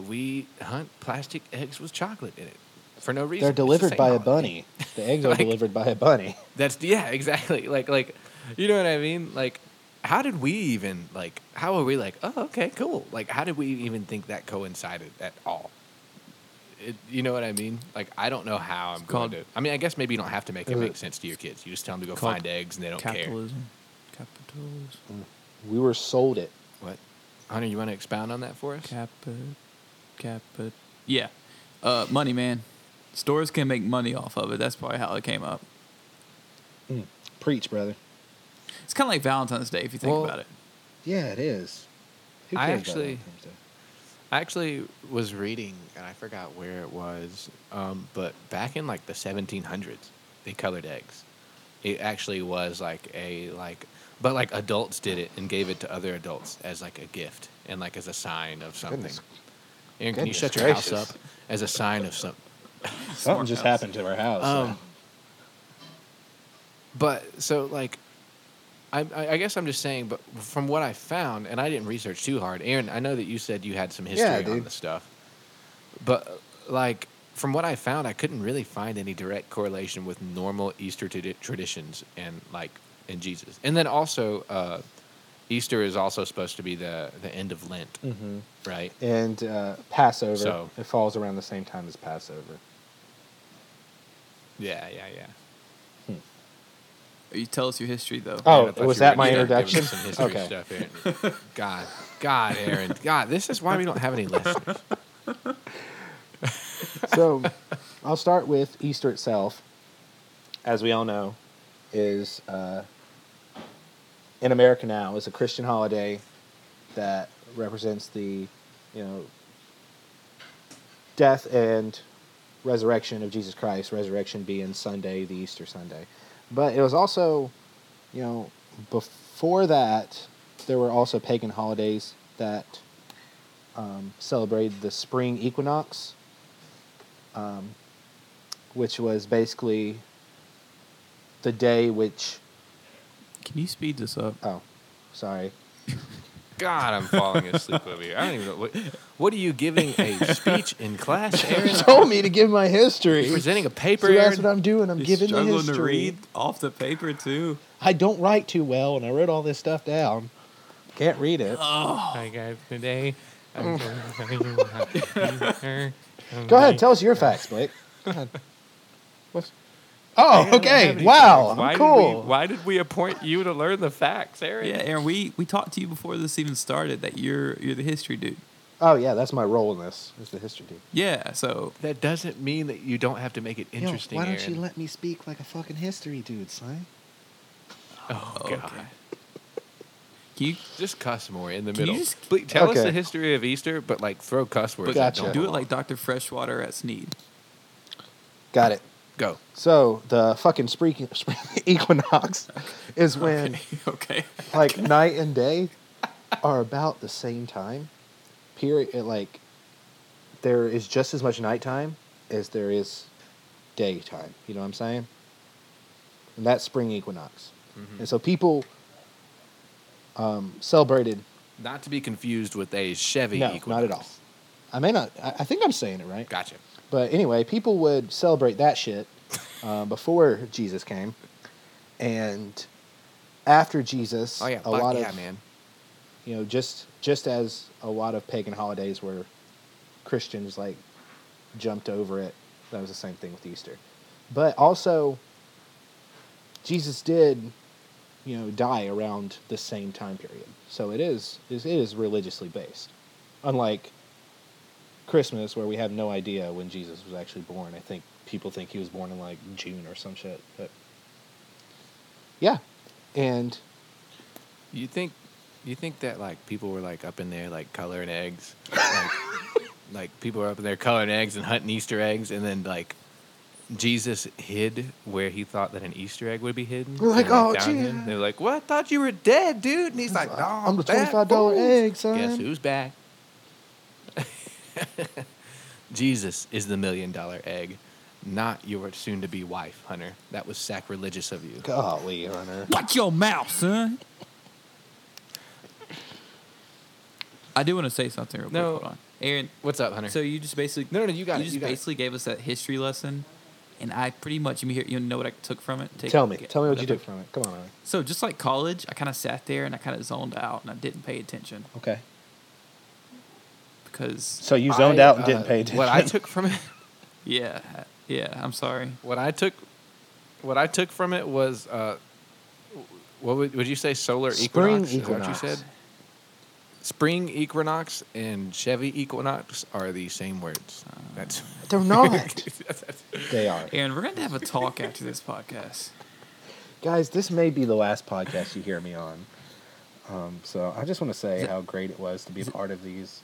we hunt plastic eggs with chocolate in it for no reason
They're
It's the
delivered
same
by a
holiday.
bunny. The eggs are
Like-
delivered by a bunny.
that's yeah exactly like like you know what i mean like how did we even like how are we like oh okay cool like how did we even think that coincided at all it, you know what i mean like i don't know how i'm
It's
going
called-
to i mean i guess maybe you don't have to make it
Uh,
make sense to your kids you just tell them to go
called
find eggs and they don't care
Capitalism. Capitalism.
We were sold it.
what hunter you want to expound on that for us
Capit. Capit. Yeah. Uh, money, man. Stores can make money off of it. That's probably how it came up.
Preach, brother.
It's kind of like Valentine's Day if you think
Well,
about it.
Yeah, it is. Who
I
cares
actually-
about that kind of stuff?
I actually was reading, and I forgot where it was, um, but back in like the 1700s, they colored eggs. It actually was like a like, but like adults did it and gave it to other adults as like a gift and like as a sign of something.
Goodness.
Aaron, can you
Goodness
shut your house
gracious.
up as a sign of something?
Something just
house.
happened to our house.
Um, but so like, I, I I guess I'm just saying. But from what I found, and I didn't research too hard, Aaron, I know that you said you had some history
Yeah,
on
dude.
the stuff, but like from what I found, I couldn't really find any direct correlation with normal Easter tradi- traditions and like and Jesus. And then also, uh, Easter is also supposed to be the the end of Lent,
hmm
right?
And uh, Passover.
So-
It falls around the same time as Passover.
Yeah, yeah, yeah.
You tell us your history though.
Oh,
Man, I thought
was
you
that
were
my
gonna give us
introduction?
some history
Okay.
stuff, Aaron. God, God, Aaron, God, this is why we don't have any listeners.
so I'll start with Easter itself, as we all know, is uh, in America now is a Christian holiday that represents the, you know, death and resurrection of Jesus Christ. Resurrection being Sunday, the Easter Sunday, but it was also, you know, before that there were also pagan holidays that um, celebrated the spring equinox um, which was basically the day which
Can you speed this up?
oh sorry
God, I'm falling asleep over here. I don't even know what. What are you giving a speech in class, Aaron?
told me to give my history
You're presenting a paper,
so that's
Aaron.
what i'm doing i'm
You're
giving the
struggling
history
to read off the paper too.
i don't write too well and i wrote all this stuff down can't read it
Hi guys, today
Oh.
I'm going to tell you about Easter.
go ahead tell us your facts blake go ahead What's-
I
oh
don't have
okay
any
wow
facts. Why
I'm
did
cool
we- why did we appoint you to learn the facts, Aaron?
Yeah, Aaron, we, we talked to you before this even started that you're you're the history dude.
oh yeah that's my role in this is the history dude
Yeah, so
That doesn't mean that you don't have to make it interesting.
why don't
Aaron.
you let me speak like a fucking history dude son
Oh,
okay.
God.
Can you
Just cuss more in the
Can you
middle.
just-
Please tell us
Okay.
the history of Easter, but like throw cuss words.
but
that
Gotcha.
don't
do it
belong.
like Dr. Freshwater at Sneed?
got it
go.
So the fucking spring, spring equinox is when
okay.
like night and day are about the same time. Period. Like there is just as much nighttime as there is daytime. You know what I'm saying? And that's spring equinox. And so people um, celebrated.
Not to be confused with a Chevy.
no, not at all.
Equinox.
I may not. I, I think I'm saying it right.
Gotcha.
But anyway, people would celebrate that shit uh, before Jesus came, and after Jesus,
Oh yeah,
a
fuck
lot
yeah,
of
man.
you know just just as a lot of pagan holidays where Christians like jumped over it, that was the same thing with Easter. But also, Jesus did, you know, die around the same time period, so it is it is religiously based, unlike Christmas, where we have no idea when Jesus was actually born. I think people think he was born in like June or some shit, but yeah. And
You think, you think that like people were like up in there like coloring eggs, like, like people were up in there coloring eggs and hunting Easter eggs, and then like Jesus hid where he thought that an Easter egg would be hidden.
We're like,
and,
"Oh,
found
gee."
him. They're like, "What? I thought you were dead, dude." And he's like, "No,
I'm the
back,
twenty-five dollar
fool."
egg, son.
Guess who's back? Jesus is the million dollar egg, not your soon to be wife, Hunter. That was sacrilegious of you.
Golly, Hunter.
Watch your mouth, son. I do want to say something real quick.
No.
Hold on. Aaron,
What's up, Hunter?
so you just basically
no, no, no, you got
you
it.
just
You got it.
basically gave us that history lesson, and I pretty much you hear you know what I took from it. Take-
Tell me,
get-
tell me what you
okay.
took from it. Come on, Hunter.
So just like college, I kind of sat there and I kind of zoned out and I didn't pay attention
Okay.
because
So you zoned
I,
out and didn't
uh,
pay attention.
What I took from it,
yeah, yeah, I'm sorry.
what I took, what I took from it was, uh, what would, would you say? Solar
Spring
equinox. is that What you
equinox.
said. Spring equinox and Chevy equinox are the same words. That's
Uh.
They're not. they are.
Aaron, we're going to have a talk after this podcast.
Guys, this may be the last podcast you hear me on. Um, so I just want to say
Is it-
how great it was to be a part of these
is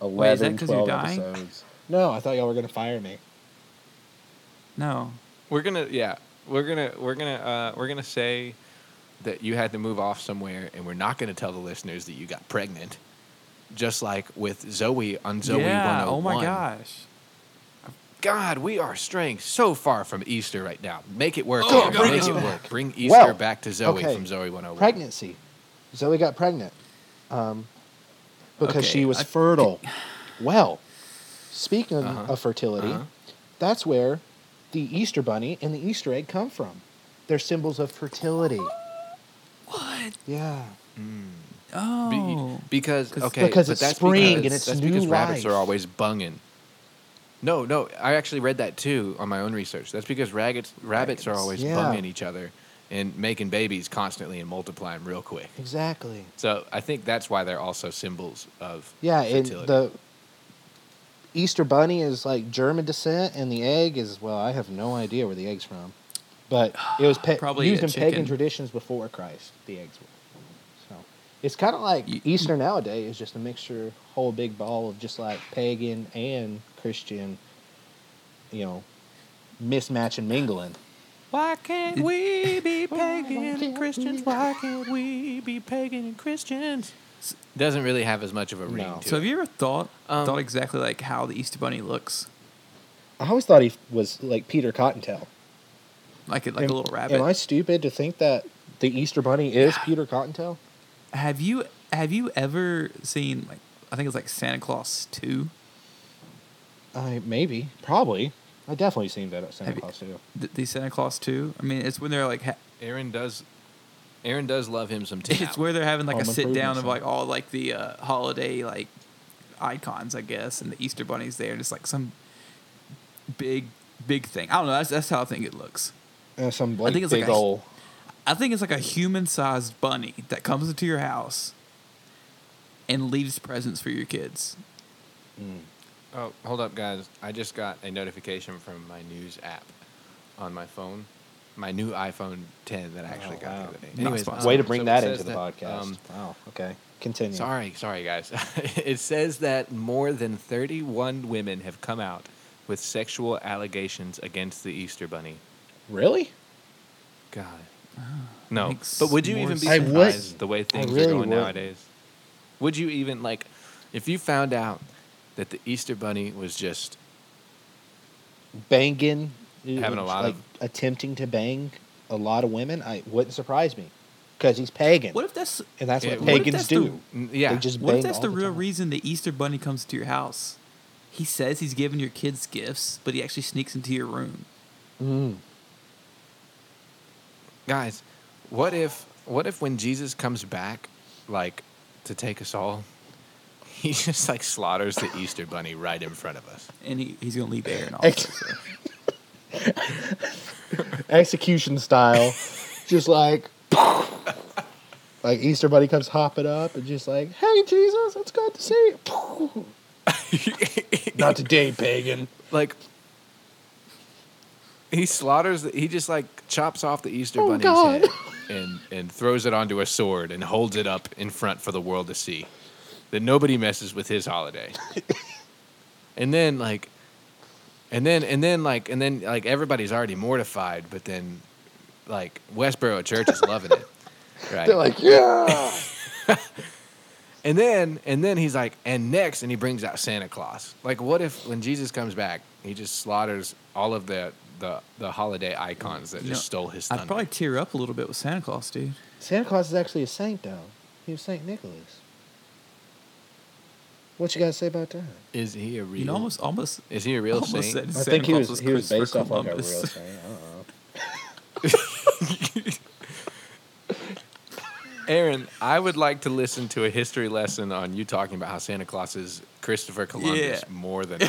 that
11,
'cause you're
12
dying?
episodes. No, I thought y'all were going to fire me.
No.
We're gonna yeah. We're gonna we're gonna uh, we're gonna say that you had to move off somewhere, and we're not gonna tell the listeners that you got pregnant. Just like with Zoe on Zoe
yeah.
101.
Oh my gosh.
God, we are straying so far from Easter right now. Make it work.
Oh,
Aaron,
God.
Make
Bring
it
it
work. Bring Easter
Well,
back to Zoe
okay.
from Zoe 101.
Pregnancy. Zoe got pregnant um, because
Okay,
she was
I-
fertile. well, speaking
Uh-huh,
of fertility,
uh-huh.
that's where the Easter bunny and the Easter egg come from. They're symbols of fertility.
What?
Yeah.
Be-
Oh.
because
'Cause-
okay,
Because
but
it's
that's
spring
because,
and it's
that's
new
because rabbits
life.
are always bunging. No, no, I actually read that too on my own research. That's because rabbits rabbits are
Rabbits.
always
Yeah.
bunging each other and making babies constantly and multiplying real quick.
Exactly.
So I think that's why they're also symbols of
Yeah, and
fertility.
the Easter bunny is like German descent, and the egg is well, I have no idea where the egg's from, but it was pe-
Probably
used
a
in pagan
chicken.
traditions before Christ. The eggs were, so it's kind of like
Y-
Easter nowadays is just a mixture, whole big ball of just like pagan and Christian, you know, mismatch and mingling.
Why can't
Did-
we be pagan
can't
and Christians?
we?
Why can't we be pagan and Christians? Doesn't really have as much of a ring
No.
to
So
it.
have you ever thought
Um,
thought exactly like how the Easter Bunny looks?
I always thought he was like Peter Cottontail.
Like a, like
am,
a little rabbit.
Am I stupid to think that the Easter bunny is Peter Cottontail?
Have you have you ever seen like I think it's like Santa Claus two?
I maybe, probably. I definitely seen that at Santa
Have you-
Claus too.
The, the Santa Claus two. I mean, it's when they're like ha-
Aaron does Aaron does love him some tea.
it's where they're having like a
Home
sit down
Improvement
of like all like the uh, holiday like icons, I guess, and the Easter bunny's there, and it's like some big big thing. I don't know. That's that's how I think it looks.
Uh, some like,
think it's
big
like a-
ol'
I think it's like a human sized bunny that comes into your house and leaves presents for your kids.
Oh, hold up, guys! I just got a notification from my news app on my phone, my new iPhone 10 that I actually
Oh,
got
wow.
the other day.
Not
Anyways,
sponsored.
way to
um,
bring
so it
that
says
into the podcast.
um,
wow. Okay. Continue.
sorry, sorry, guys. it says that more than 31 women have come out with sexual allegations against the Easter Bunny.
Really?
God. No.
Oh, makes
But would you
more
even be
sense. I
surprised
wouldn't.
the way things
really
are going
wouldn't.
nowadays? Would you even like if you found out that the Easter bunny was just
Banging. uh,
Having a lot
like,
of-
attempting to bang a lot of women. I wouldn't surprise me because he's pagan,
What if that's
and that's what
Yeah, what if
pagans
that's the-
do.
n- yeah.
They just
What
bang
if that's
all
the, real
time.
reason the Easter Bunny comes to your house? He says he's giving your kids gifts, but he actually sneaks into your room.
Mm.
guys, what if what if when Jesus comes back like to take us all, he just like slaughters the Easter bunny right in front of us.
And he, he's going to leave Aaron off.
Ex- Execution style, just like. Like Easter Bunny comes hopping up and just like, "Hey Jesus, it's good to see you." Not today, pagan.
Like he slaughters the, he just like chops off the Easter
Oh,
bunny's
God.
head and and throws it onto a sword and holds it up in front for the world to see. That nobody messes with his holiday. and then like and then and then like and then like everybody's already mortified, but then like Westboro Church is loving it. Right.
They're like, "Yeah."
And then and then he's like, and next, and he brings out Santa Claus. Like, what if when Jesus comes back, he just slaughters all of the the, the holiday icons that
You
just
know,
stole his thunder?
I'd probably tear up a little bit with Santa Claus, dude.
Santa Claus is actually a saint, though. He was Saint Nicholas. What you got to say about that?
is he a real?
You know, almost, almost.
is he a real
almost
saint?
said
I
Santa
think he
Claus
was, he was
Christopher
based off like a real
Columbus.
saint. I don't know.
Aaron, I would like to listen to a history lesson on you talking about how Santa Claus is Christopher Columbus
Yeah.
more than I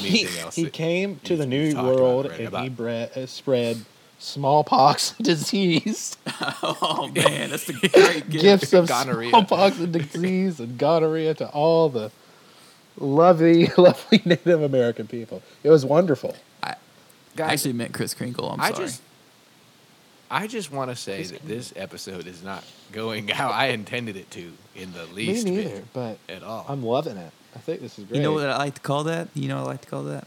He,
anything else.
he
that-
came to
you've-
the
you've
New
talked about
World
already,
and he
about-
bre- uh, spread smallpox disease,
Oh, man. That's a great gift.
gifts of
Gonorrhea.
smallpox and disease and gonorrhea to all the lovely, lovely Native American people. It was wonderful.
I
Guys,
actually meant Chris Kringle. I'm
I
sorry.
just I just want to say that this episode is not going how I intended it to in the least
Me
bit
neither, but
at all.
I'm loving it. I think this is great.
You know what I like to call that? You know what I like to call that?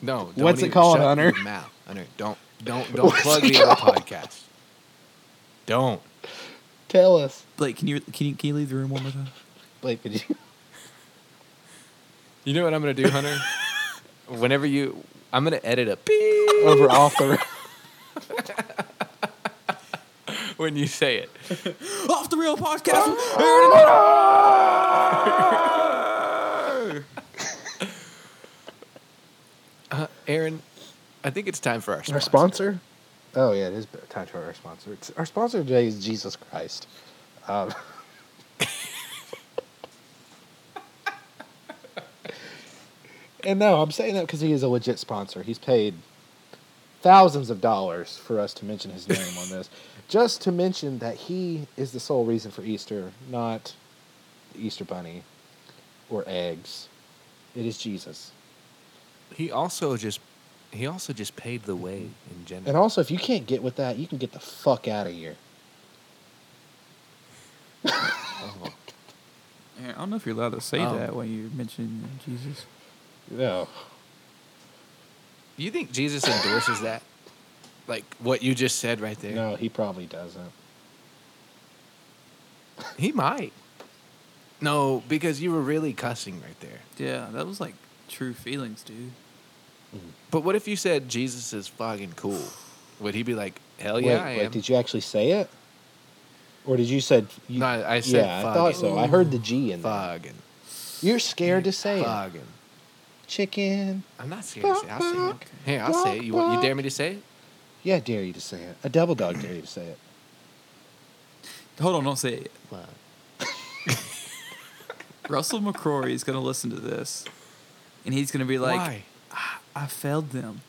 no, don't
What's it
even
called,
shut your
Hunter?
Mouth, Hunter. Don't don't don't plug the other podcast. Don't.
Tell us,
Blake, can you can you can you leave the room one more time?
Blake. Could you?
You know what I'm gonna do, Hunter? Whenever you, I'm gonna edit a beep
over off the rail.
when you say it.
Off the real podcast.
Aaron, I think it's time for our sponsor.
Our sponsor? Oh yeah, it is time for our sponsor. It's, our sponsor today is Jesus Christ. Um, and no, I'm saying that because he is a legit sponsor. He's paid thousands of dollars for us to mention his name on this, just to mention that he is the sole reason for Easter, not the Easter Bunny or eggs. It is Jesus.
He also just he also just paid the way in general.
And also, if you can't get with that, you can get the fuck out of here.
Oh.
I don't know if you're allowed to say
Oh.
that when you mention Jesus.
No.
You think Jesus endorses that? Like what you just said right there?
No, he probably doesn't.
He might. No, because you were really cussing right there.
Yeah, that was like true feelings, dude.
But what if you said Jesus is fucking cool? Would he be like, hell Oh, yeah, I
wait, wait,
am?
did you actually say it? Or did you said you,
No, I I said
Yeah, I
fucking.
thought so. I heard the G in there.
Fucking.
You're scared to say it.
Fucking.
Chicken.
I'm not serious. I'll say it.
Fuck.
Hey, I'll say it. You, want- you dare me to say it?
Yeah, I dare you to say it. A double dog dare you to say it.
Hold on, don't say it. Russell McCrory is gonna listen to this, and he's gonna be like,
Why?
"I failed them."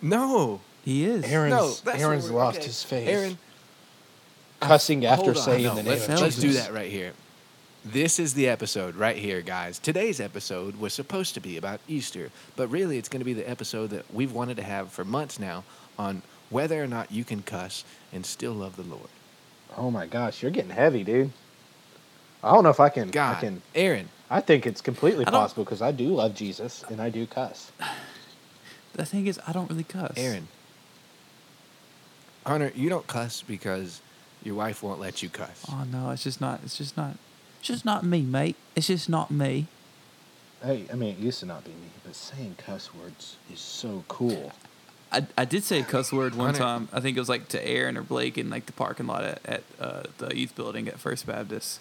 No.
He is.
Aaron's,
No, that's what
Aaron's
we're-
lost
okay.
his face.
Aaron,
cussing after
Hold on.
saying
No,
the name
let's,
of Jesus.
let's do that right here. This is the episode right here, guys. Today's episode was supposed to be about Easter, but really it's going to be the episode that we've wanted to have for months now on whether or not you can cuss and still love the Lord.
Oh my gosh, you're getting heavy, dude. I don't know if I can. I
God,
can.
Aaron,
I think it's completely
I don't-
possible because I do love Jesus and I do cuss.
The thing is, I don't really cuss.
Aaron, Hunter, you don't cuss because your wife won't let you cuss.
Oh no, it's just not. It's just not. It's just not me, mate. It's just not me.
Hey, I mean, it used to not be me, but saying cuss words is so cool.
I, I did say a cuss word one
Hunter.
time. I think it was like to Aaron or Blake in like the parking lot at, at uh, the youth building at First Baptist.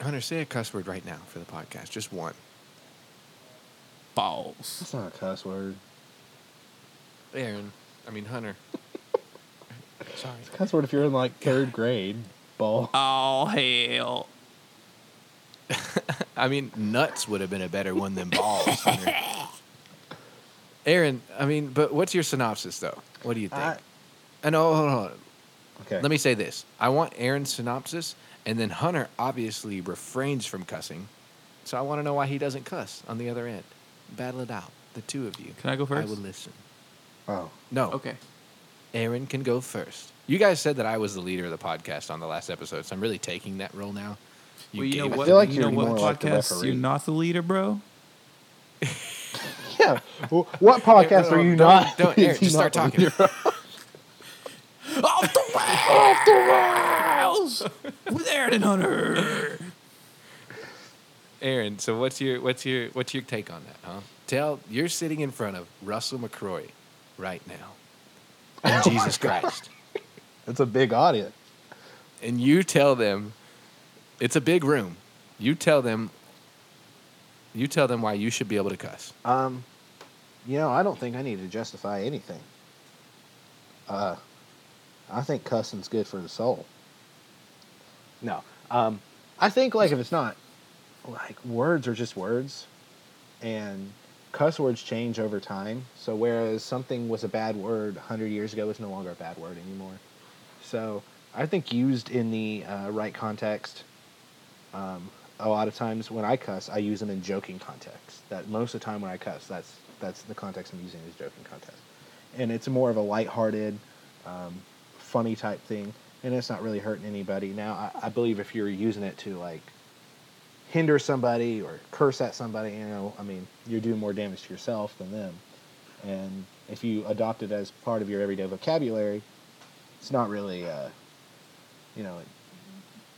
Hunter, say a cuss word right now for the podcast, just one.
Balls.
That's not a cuss word.
Aaron, I mean Hunter. Sorry.
Cuss word if you're in like third grade. Ball.
Oh hell.
I mean, nuts would have been a better one than balls. Aaron, I mean, but what's your synopsis though? What do you think?
I-
and oh, hold on, hold on.
Okay.
Let me say this: I want Aaron's synopsis, and then Hunter obviously refrains from cussing, so I want to know why he doesn't cuss on the other end. Battle it out, the two of you.
Can I go
I
first?
will listen.
Oh.
No.
Okay.
Aaron can go first. You guys said that I was the leader of the podcast on the last episode, so I'm really taking that role now.
well, you know
gave it
what?
to
feel like
you
you're
know what
more like the
podcast?
referee.
you're not the leader, bro.
Yeah. Well, what podcast are you
don't,
not?
Don't,
is
Aaron,
he
just start
not-
talking.
Off the rails. Off the rails. With Aaron and Hunter.
Aaron, so what's your what's your what's your take on that, huh? Tell you're sitting in front of Russell McCroy right now.
Oh
And Jesus Christ.
It's a big audience.
And you tell them it's a big room. You tell them you tell them why you should be able to cuss.
Um, you know, I don't think I need to justify anything. Uh, I think cussing's good for the soul. No, um, I think like if it's not, like words are just words, and cuss words change over time. So whereas something was a bad word hundred years ago, it's no longer a bad word anymore. So I think used in the uh, right context, um, a lot of times when I cuss, I use them in joking context. That most of the time when I cuss, that's that's the context I'm using is joking context. and it's more of a lighthearted, um, funny type thing, and it's not really hurting anybody. Now, I, I believe if you're using it to like hinder somebody or curse at somebody, you know, I mean, you're doing more damage to yourself than them. And if you adopt it as part of your everyday vocabulary, it's not really, uh, you know, it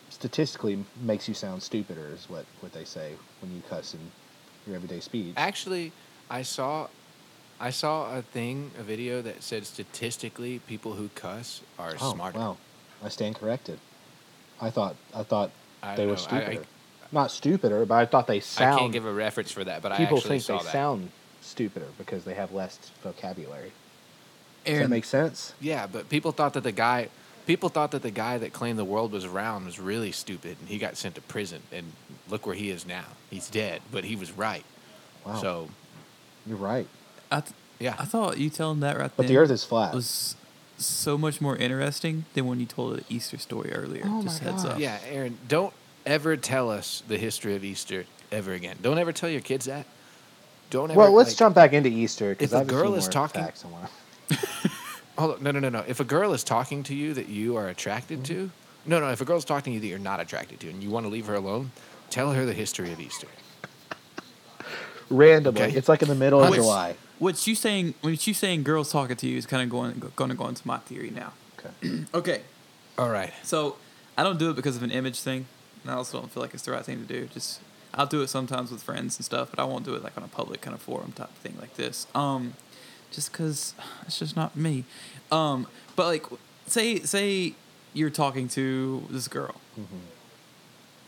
statistically makes you sound stupider, is what, what they say when you cuss in your everyday speech.
Actually, I saw, I saw a thing, a video that said statistically, people who cuss are
Oh,
smarter.
Wow, I stand corrected. I thought I thought
I
they
don't
were
know. I- I-
stupider. Not stupider, but I thought they
I
sound.
can't give a reference for that, but I
people
actually
think
saw
they
that.
sound stupider because they have less vocabulary. Does that
Aaron,
make sense?
Yeah, but people thought that the guy, people thought that the guy that claimed the world was round was really stupid, and he got sent to prison. And look where he is now. He's dead, but he was right.
Wow,
So
you're right.
I, th-
yeah,
I thought you telling that right
But the
then
Earth is flat.
was so much more interesting than when you told the Easter story earlier.
Oh
Just
my
heads
God.
up.
yeah, Aaron, don't ever tell us the history of Easter ever again. Don't ever tell your kids that. Don't ever.
well, let's
like-
jump back into Easter
if
because
a
I've
girl
seen
is
more
talking-
facts I wanna-
Hold on, no, no, no, no. If a girl is talking to you that you are attracted to, no, no. If a girl's talking to you that you're not attracted to, and you want to leave her alone, tell her the history of Easter.
randomly.
Okay.
It's like in the middle of
Which-
July.
What's you saying? When you saying girls talking to you is kind of going going to go into my theory now.
Okay.
Okay,
All right.
so I don't do it because of an image thing. And I also don't feel like it's the right thing to do. Just I'll do it sometimes with friends and stuff, but I won't do it like on a public kind of forum type thing like this. Um, just because it's just not me. Um, but like, say say you're talking to this girl,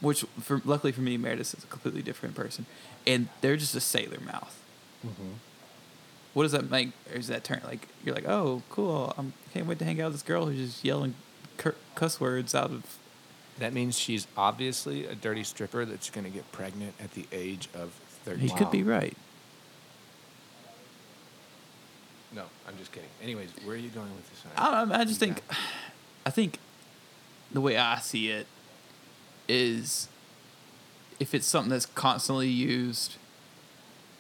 which for, luckily for me, Meredith is a completely different person, and they're just a sailor mouth. What does that make? Or is that turn like you're like, oh, cool, I'm can't wait to hang out with this girl who's just yelling cur- cuss words out of
That means she's obviously a dirty stripper that's going to get pregnant at the age of 13.
He could be right.
No, I'm just kidding. Anyways, where are you going with this?
I, don't know, I just
Yeah.
think, I think, the way I see it, is, if it's something that's constantly used,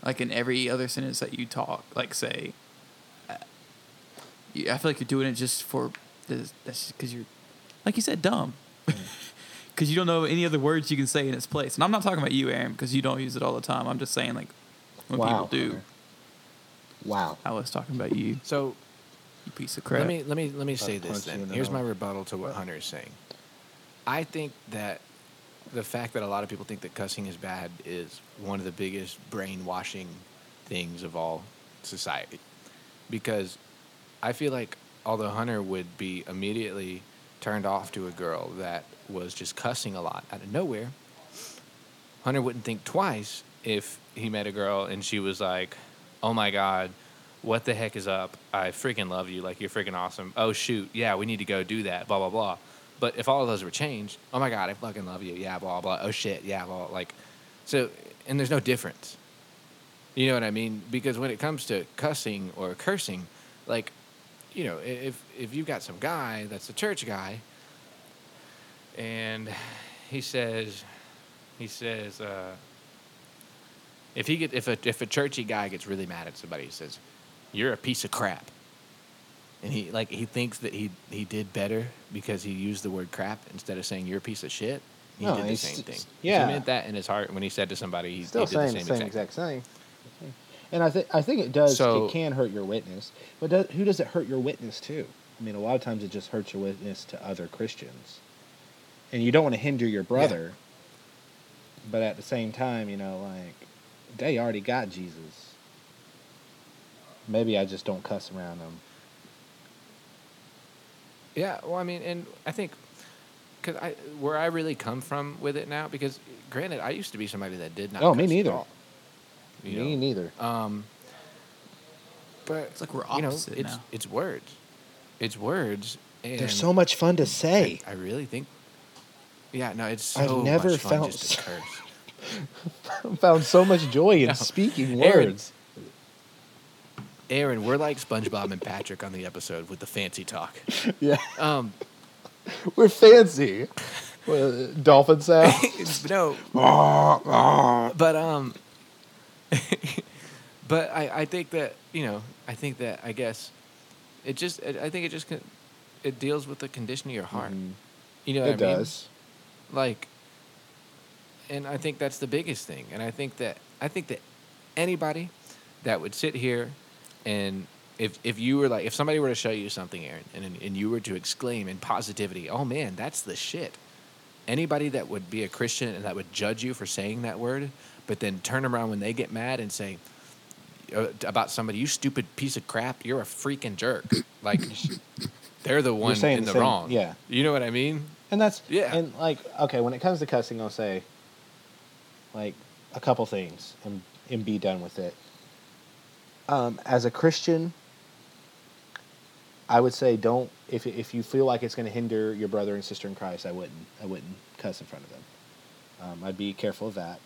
like in every other sentence that you talk, like say, uh, you- I feel like you're doing it just for the that's because you're, like you said, dumb. Because you don't know any other words you can say in its place, and I'm not talking about you, Aaron, because you don't use it all the time. I'm just saying, like, when
Wow.
people do,
Hunter. Wow.
I was talking about you,
So
you piece of crap.
let me let me let me say
punch
this
you
then.
in the
Here's my
nose.
rebuttal to what Hunter is saying. I think that the fact that a lot of people think that cussing is bad is one of the biggest brainwashing things of all society. Because I feel like although Hunter would be immediately turned off to a girl that was just cussing a lot out of nowhere, Hunter wouldn't think twice if he met a girl and she was like, "Oh my god, what the heck is up? I freaking love you. Like you're freaking awesome. Oh shoot, yeah, we need to go do that. Blah blah blah." But if all of those were changed, "Oh my god, I fucking love you. Yeah, blah blah. Oh shit, yeah, blah." Like, so and there's no difference. You know what I mean? Because when it comes to cussing or cursing, like, you know, i- if if you've got some guy that's a church guy, and he says, he says, uh, if he get if a if a churchy guy gets really mad at somebody, he says, "You're a piece of crap," and he like he thinks that he he did better because he used the word crap instead of saying "You're a piece of shit." He
No,
did the
he's-
same thing.
it's-
he
yeah.
meant that in his heart when he said to somebody, he,
Still
he did the
saying
same, exact thing.
thing. And I think I think it does.
So-
it can hurt your witness, but does, who does it hurt your witness to? I mean, a lot of times it just hurts your witness to other Christians, and you don't want to hinder your brother. But at the same time, you know, like they already got Jesus. Maybe I just don't cuss around them.
Yeah, well, I mean, and I think because I where I really come from with it now, because granted, I used to be somebody that did not.
Oh, me
cuss at
neither.
all, you
Me
know?
neither.
Um, but
It's like we're
you know,
opposite
it's
now.
it's words, it's words. And
They're so much fun to say.
I really think. Yeah, no, it's so
I've never
much fun
felt
just to
so-
curse.
found so much joy in speaking
Aaron.
words.
Aaron, we're like SpongeBob and Patrick on the episode with the fancy talk.
Yeah,
Um,
we're fancy. Well, Dolphin sound.
no, but um but I, I think that you know i think that i guess It just, it, I think it just, con- it deals with the condition of your heart.
Mhm.
You know
it
what I mean?
does.
like and i think that's the biggest thing and i think that i think that anybody that would sit here and if if you were like if somebody were to show you something aaron and and you were to exclaim in positivity oh man that's the shit anybody that would be a christian and that would judge you for saying that word but then turn around when they get mad and say uh, about somebody you stupid piece of crap you're a freaking jerk like they're the one
saying
in
the
the
same-
wrong
yeah.
you know what i mean
And that's
Yeah.
And like okay, when it comes to cussing, I'll say like a couple things and and be done with it. Um, as a Christian, I would say don't if if you feel like it's going to hinder your brother and sister in Christ, I wouldn't I wouldn't cuss in front of them. Um, I'd be careful of that.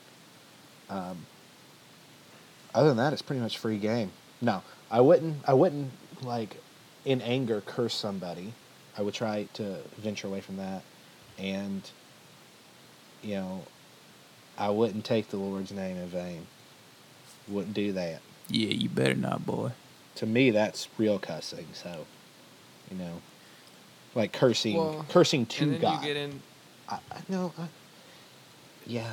Um, other than that, it's pretty much free game. No, I wouldn't. I wouldn't like in anger curse somebody. I would try to venture away from that, and you know, I wouldn't take the Lord's name in vain. Wouldn't do that.
Yeah, you better not, boy.
To me, that's real cussing. So, you know, like cursing,
Well,
cursing to
and then
God.
you get in
I, I no, I, yeah,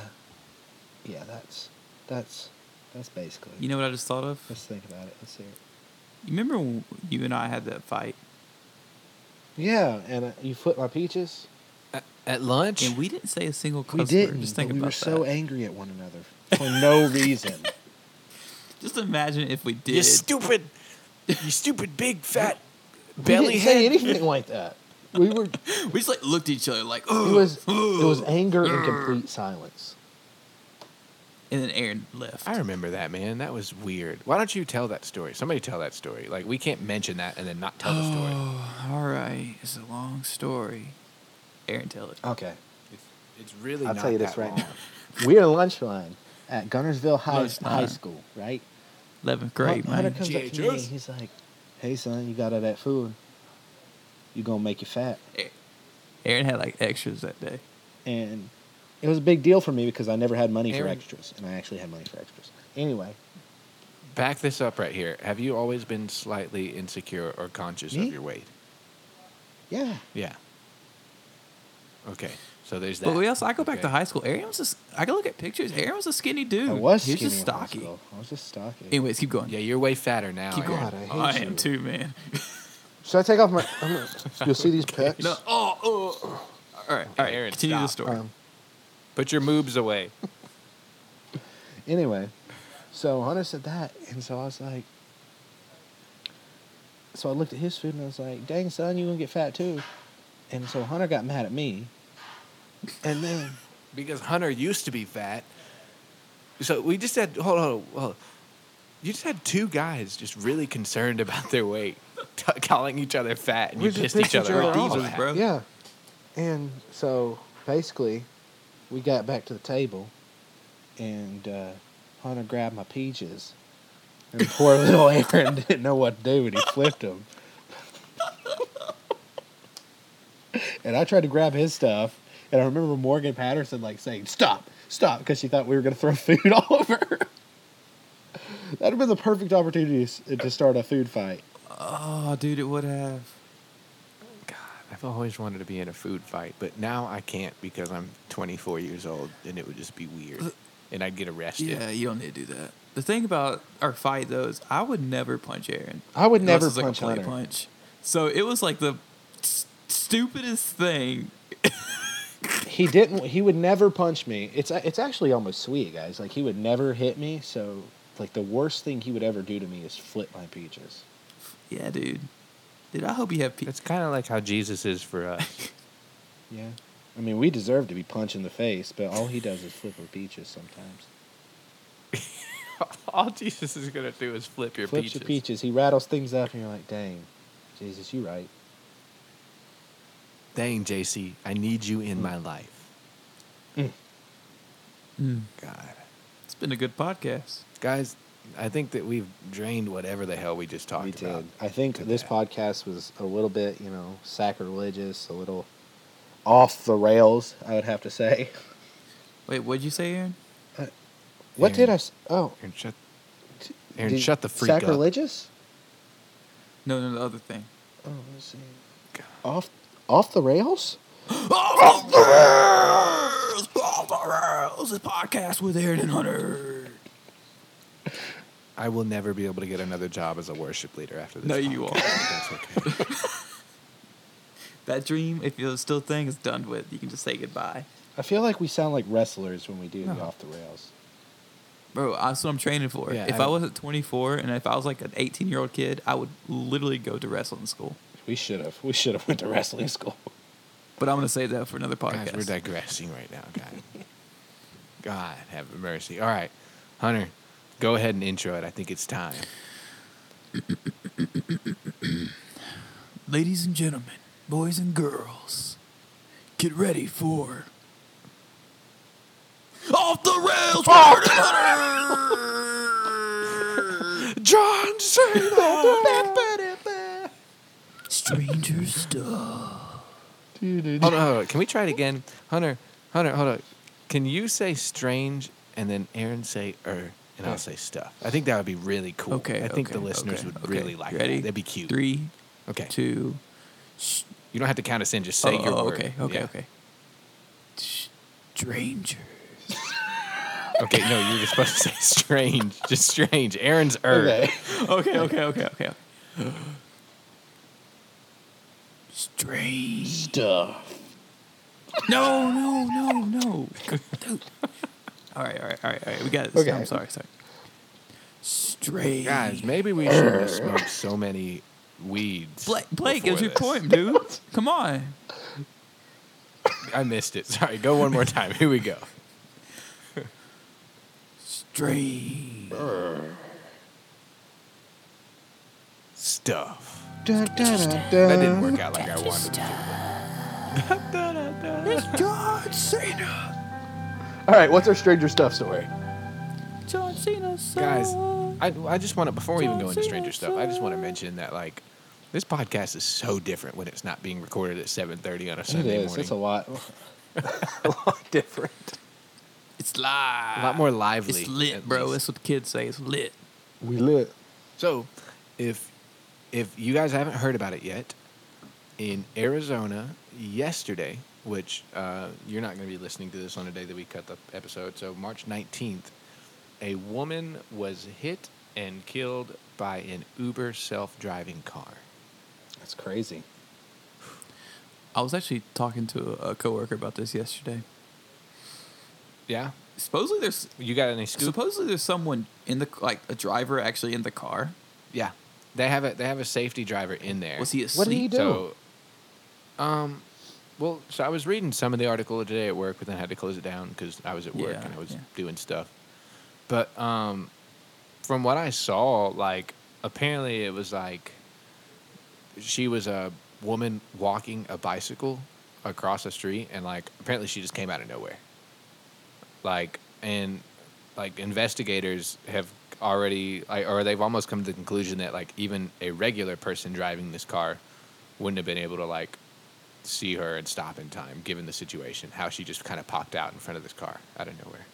yeah. That's that's that's basically.
You know what I just thought of?
let's think about it. Let's hear it.
You remember when you and I had that fight,
Yeah, and uh, you flipped my peaches.
At, at lunch?
and we didn't say a single cuss
we
word.
didn't.
Just think
but we
about
were so
that.
angry at one another for no reason.
Just imagine if we did.
you stupid, you stupid big fat
we
belly
didn't say
head.
anything like that. We were. It
we just like looked at each other like, oh,
was. It was anger and complete silence.
and then Aaron left.
I remember that, man. That was weird. Why don't you tell that story? Somebody tell that story. Like, we can't mention that and then not tell the story.
Oh, all right. It's a long story. Aaron, tell it.
Okay,
It's, it's really
I'll
not
tell you this
that
right
long.
now. We're in lunch line at Gunnersville High,
No, it's not.
High School, right?
11th grade,
Hun- Hunter
man.
comes up to me and
GHS.
he's like, "Hey son, you got all that food? You gonna make you fat?"
Aaron had like extras that day.
and it was a big deal for me because I never had money for
Aaron-
extras, and I actually had money for extras. Anyway,
Back this up right here. Have you always been slightly insecure or conscious
Me?
of your weight?
yeah,
Yeah. Okay. So there's that.
But we also, I go back to
Okay.
high school. Aaron was just, I can look at pictures. Aaron was a skinny dude.
I was
He
skinny
was just
in high
stocky.
school. I was just stocky.
Anyways, keep going.
Yeah, you're way fatter now.
keep going.
Aaron.
God, I hate
Oh, I, am
you.
too, man.
Should I take off my? I'm gonna, you'll see these pecs.
no, oh, oh. All right, all right.
Aaron,
continue the
stop.
story.
Um,
Put your moobs away.
anyway, so Hunter said that, and so I was like, so I looked at his food and I was like, "Dang son, you gonna get fat too?" And so Hunter got mad at me, and then
because Hunter used to be fat. So we just had hold on, hold on. You just had two guys just really concerned about their weight, t- calling each other fat, and
We
you
just
pissed
pissed
each other
each
off.
other
for
off,
that.
bro.
yeah, and so basically, we got back to the table, and uh, Hunter grabbed my peaches, and poor little Aaron didn't know what to do, and he flipped them. and I tried to grab his stuff, and I remember Morgan Patterson like saying, "Stop, stop," because she thought we were going to throw food all over. her. That'd have been the perfect opportunity s- to start a food fight.
Oh, dude, it would have.
God, I've always wanted to be in a food fight, but now I can't because I'm 24 years old, and it would just be weird, and I'd get arrested.
Yeah, you don't need to do that. The thing about our fight though is I would never punch Aaron.
I would
Unless
never
it's, like, a
punch
plate
Hunter.
punch. So it was like the st- stupidest thing.
he didn't he would never punch me it's it's actually almost sweet guys like he would never hit me so like the worst thing he would ever do to me is flip my peaches
Yeah, dude. Dude, I hope you have pe-
That's kind of like how Jesus is for us.
yeah i mean we deserve to be punched in the face but all he does is flip our peaches sometimes
All Jesus is gonna do is flip your
flips
peaches.
your peaches he rattles things up and you're like dang jesus you right
Dang, JC, I need you in my life. God.
Hmm. It's been a good podcast.
Guys, I think that we've drained whatever the hell we just talked
we
about.
did i think
Look at
this
that.
podcast was a little bit you know sacrilegious a little off the rails i would have to say
Wait, what'd you say, Aaron?
what
Aaron.
did i s- oh
Aaron, shut, Aaron,
did-
shut the freak up.
sacrilegious
No, no, the other thing.
Oh, let's see. Off, off the rails.
Off the rails, off the rails, the podcast with Aaron and Hunter.
I will never be able to get another job as a worship leader after this.
No, you won't.
podcast. That's okay.
That dream, if it's still a thing, is done with. You can just say goodbye,
I feel like we sound like wrestlers when we do the
No.
off the rails.
bro. That's what I'm training for.
Yeah,
if
I-
I, wasn't 24 and if I was like an 18 year old kid, I would literally go to wrestling school.
We should have. We should have went to wrestling school.
But I'm gonna say that for another podcast.
Guys, we're digressing right now. God, God have mercy. All right, Hunter, go ahead and intro it. I think it's time.
Ladies and gentlemen, boys and girls, get ready for off the rails. Aaron and Hunter!
John
Stranger stuff.
Hold on, hold on. Can we try it again? Hunter, Hunter, hold on. Can you say strange and then Aaron say er and I'll say stuff? I think that would be really cool.
Okay.
I think
okay,
the listeners
okay,
would
okay.
really like
Ready?
that. That'd be cute.
Three,
Okay.
two.
You don't have to count us in, just say
oh,
your
oh,
word.
okay. Okay.
Yeah.
Okay. Stranger.
Okay, no, you were supposed to say strange. Just strange. Aaron's er.
Okay.
Okay. Okay. Okay. Okay. Strange.
Stuff.
No, no, no, no. Dude. All right, all right, all right, all right. We got it.
Okay.
I'm sorry, sorry. Strange.
Guys, maybe we shouldn't have smoked so many weeds.
Blake, Blake
before
it's your
this.
point, dude. Come on.
I missed it. Sorry. Go one more time. Here we go.
Strange.
Stuff.
Dun, dun, dun,
That
dun.
didn't work out like I wanted. it to.
It's John Cena.
All right. What's our stranger stuff story?
John Cena. Song.
Guys, I, I just want to, before we even go into
Johnson
stranger stuff, I just want to mention that, like, this podcast is so different when it's not being recorded at 7.30 on a
It
Sunday
is.
morning.
It's a lot. a lot different.
it's live.
A lot more lively.
It's lit,
at
bro.
least.
That's what the kids say. It's lit.
We lit.
So, if if you guys haven't heard about it yet, in Arizona yesterday, which uh, you're not going to be listening to this on the day that we cut the episode, so March 19th, a woman was hit and killed by an Uber self-driving car.
That's crazy.
I was actually talking to a, a coworker about this yesterday.
Yeah,
Supposedly there's
you got any scoop?
supposedly there's someone in the like a driver actually in the car.
yeah, they have a they have a safety driver in there.
Was he asleep?
What did he do?
So, um, well, so I was reading some of the article today at work, but then I had to close it down because I was at work
Yeah,
and I was
yeah.
doing stuff. But um, from what I saw, like apparently it was like she was a woman walking a bicycle across the street, and like apparently she just came out of nowhere. Like and like investigators have already like, or they've almost come to the conclusion that like even a regular person driving this car wouldn't have been able to like see her and stop in time given the situation how she just kind of popped out in front of this car out of nowhere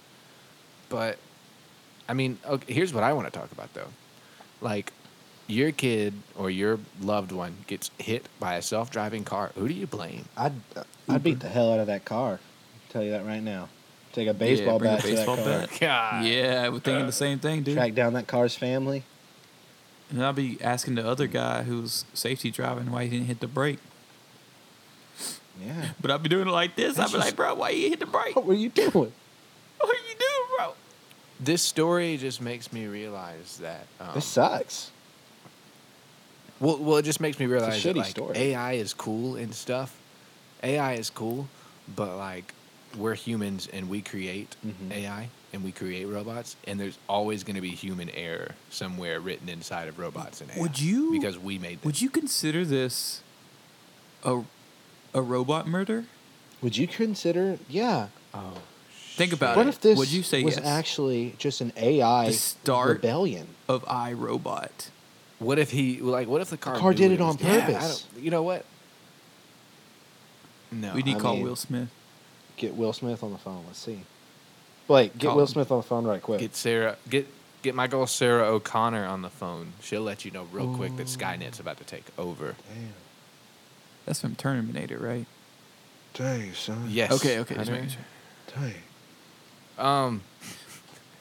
but i mean okay, here's what i want to talk about though like your kid or your loved one gets hit by a self-driving car who do you blame
I'd I'd beat the hell out of that car. tell you that right now. Take a
yeah,
baseball
bring a
bat
baseball
to that car.
bat.
God.
Yeah, I was thinking the same thing, dude.
Track down that car's family.
And I'll be asking the other guy who was safety driving why he didn't hit the brake.
Yeah.
But I'll be doing it like this. I'll
That's
be like,
just-
bro, why you hit the brake?
What were you doing?
What are you doing, bro?
this story just makes me realize that um,
This sucks.
Well, well, it just makes me realize that,
shitty
like,
story.
AI is cool and stuff. AI is cool, but like we're humans and we create
Mm-hmm.
Mhm.
AI and we create robots, and there's always going to be human error somewhere written inside of robots and AI.
Would you-
Because we made them.
Would you consider this a a robot murder?
Would you consider? Yeah.
Oh,
Think about
What
it.
if this
Would you say
was
yes?
actually just an AI
The start
rebellion?
Of iRobot.
What if he like? What if the car
car
knew
did it
was
on
doing? I
purpose.
don't- you know what? No,
we need
I
to call
mean-
Will Smith.
Get Will Smith on the phone. Let's see. Blake, get
Call
Will
him.
Smith on the phone right quick.
get Sarah. Get Get my girl Sarah O'Connor on the phone. She'll let you know real quick
Oh.
that Skynet's about to take over.
That's from Terminator, right?
Dang, son.
Yes.
Okay, okay. just
Hunter.
making sure.
Dang.
Um,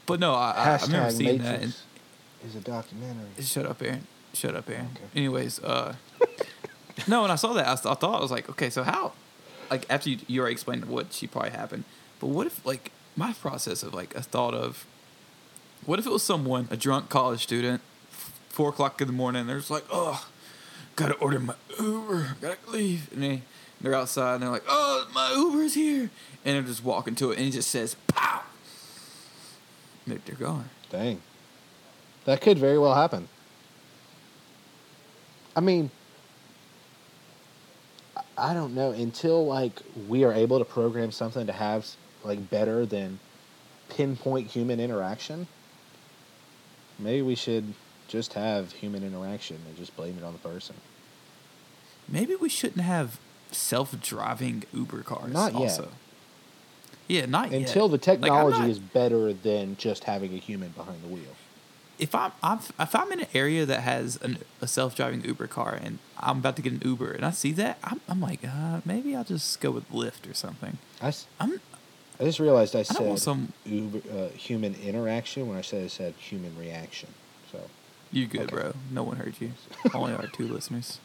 But no, I, I I
Hashtag
remember seeing
Matrix
that. And,
is a documentary.
shut up, Aaron. Shut up, Aaron.
Okay.
Anyways, uh, no, when I saw that, I, th- I thought I was like, okay, so how? Like after you, you already explained what she probably happened, but what if like my process of like a thought of, what if it was someone a drunk college student, f- four o'clock in the morning, they're just like, oh, gotta order my Uber, gotta leave, and they they're outside and they're like, oh, my Uber's here, and they're just walking to it, and it just says, pow, And they're, they're gone.
Dang. That could very well happen. I mean, I- I don't know. Until like we are able to program something to have like better than pinpoint human interaction, maybe we should just have human interaction and just blame it on the person.
Maybe we shouldn't have self-driving Uber cars.
Not yet.
Also. Yeah, not yet.
Until the
Like, I'm
technology
not-
is better than just having a human behind the wheel.
If I'm, I'm if I'm in an area that has an, a self-driving Uber car and I'm about to get an Uber and I see that, I'm, I'm like, uh, maybe I'll just go with Lyft or something.
I, s-
I'm
I just realized I
don't
said
want some-
Uber, uh, human interaction when I said I said human reaction. So
you good,
Okay.
bro? No one heard you. Only our two listeners.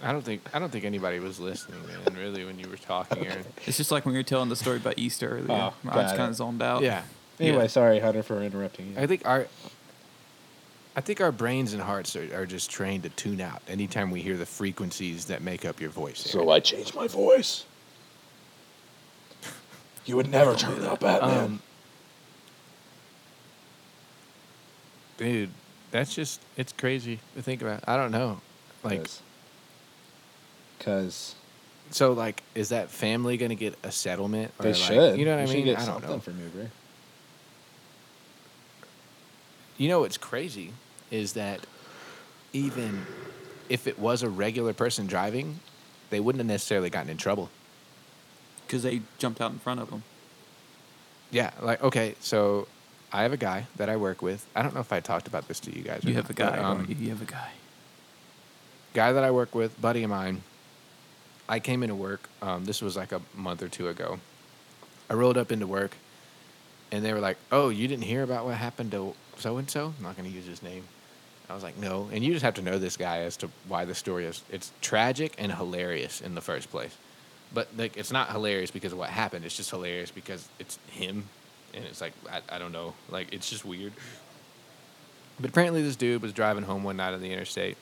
I don't think I don't think anybody was listening, man. Really, when you were talking, Aaron.
It's just like when you were telling the story about Easter earlier.
Oh,
I
got
just
it.
kind of zoned
Oh.
out.
Yeah.
anyway,
Yeah.
sorry Hunter for interrupting you.
I think our I think our brains and hearts are, are just trained to tune out anytime we hear the frequencies that make up your voice. Aaron.
I changed my voice. You would never turn out Batman.
Um, dude, that's just it's crazy to think about. I don't know. Like
because
so like is that family going to get a settlement or
they
like-
should.
You know
They
what I
should
mean?
Get
I don't
something
know.
from Uber.
You know what's crazy is that even if it was a regular person driving, they wouldn't have necessarily gotten in trouble.
Because they jumped out in front of them.
Yeah, like okay, so I have a guy that I work with. I don't know if I talked about this to you guys. or
You have a
not, but,
guy.
um,
don't you? you have a guy.
guy that I work with, buddy of mine. I came into work. Um, this was like a month or two ago. I rolled up into work, and they were like, "Oh, you didn't hear about what happened to so and so?" I'm not going to use his name. I was like, "No," and you just have to know this guy as to why the story is. It's tragic and hilarious in the first place, but like it's not hilarious because of what happened. It's just hilarious because it's him, and it's like I, I don't know, like it's just weird. But apparently, this dude was driving home one night on the interstate,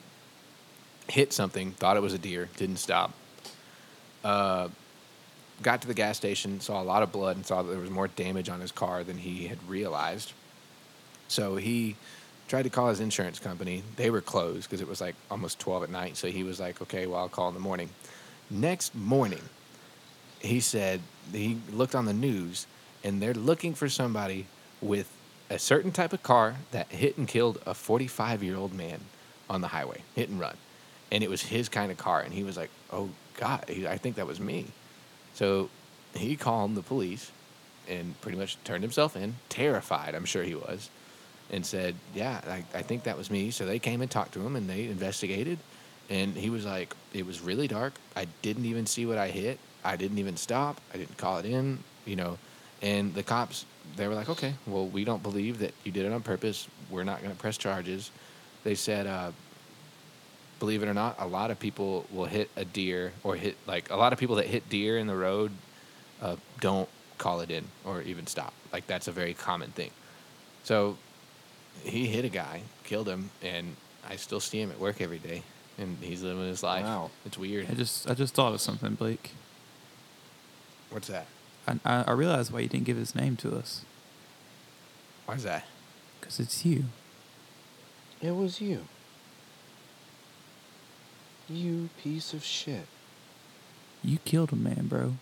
hit something, thought it was a deer, didn't stop. Uh, got to the gas station, saw a lot of blood, and saw that there was more damage on his car than he had realized. So he tried to call his insurance company. They were closed because it was like almost 12 at night. So he was like, okay, well, I'll call in the morning. Next morning, he said he looked on the news and they're looking for somebody with a certain type of car that hit and killed a 45 year old man on the highway, hit and run. And it was his kind of car. And he was like, oh, God, he, I think that was me. So he called the police and pretty much turned himself in, terrified, I'm sure he was, and said, Yeah, I, I think that was me. So they came and talked to him and they investigated. And he was like, It was really dark. I didn't even see what I hit. I didn't even stop. I didn't call it in, you know. And the cops, they were like, Okay, well, we don't believe that you did it on purpose. We're not going to press charges. They said, uh, believe it or not, a lot of people will hit a deer or hit like a lot of people that hit deer in the road uh, don't call it in or even stop. Like that's a very common thing. So he hit a guy, killed him, and I still see him at work every day, and he's living his life.
Wow.
it's weird.
I just I just thought of something, Blake.
What's that?
I I, I realized why you didn't give his name to us.
Why's that?
Because it's you.
It was you. You piece of shit.
You killed a man, bro.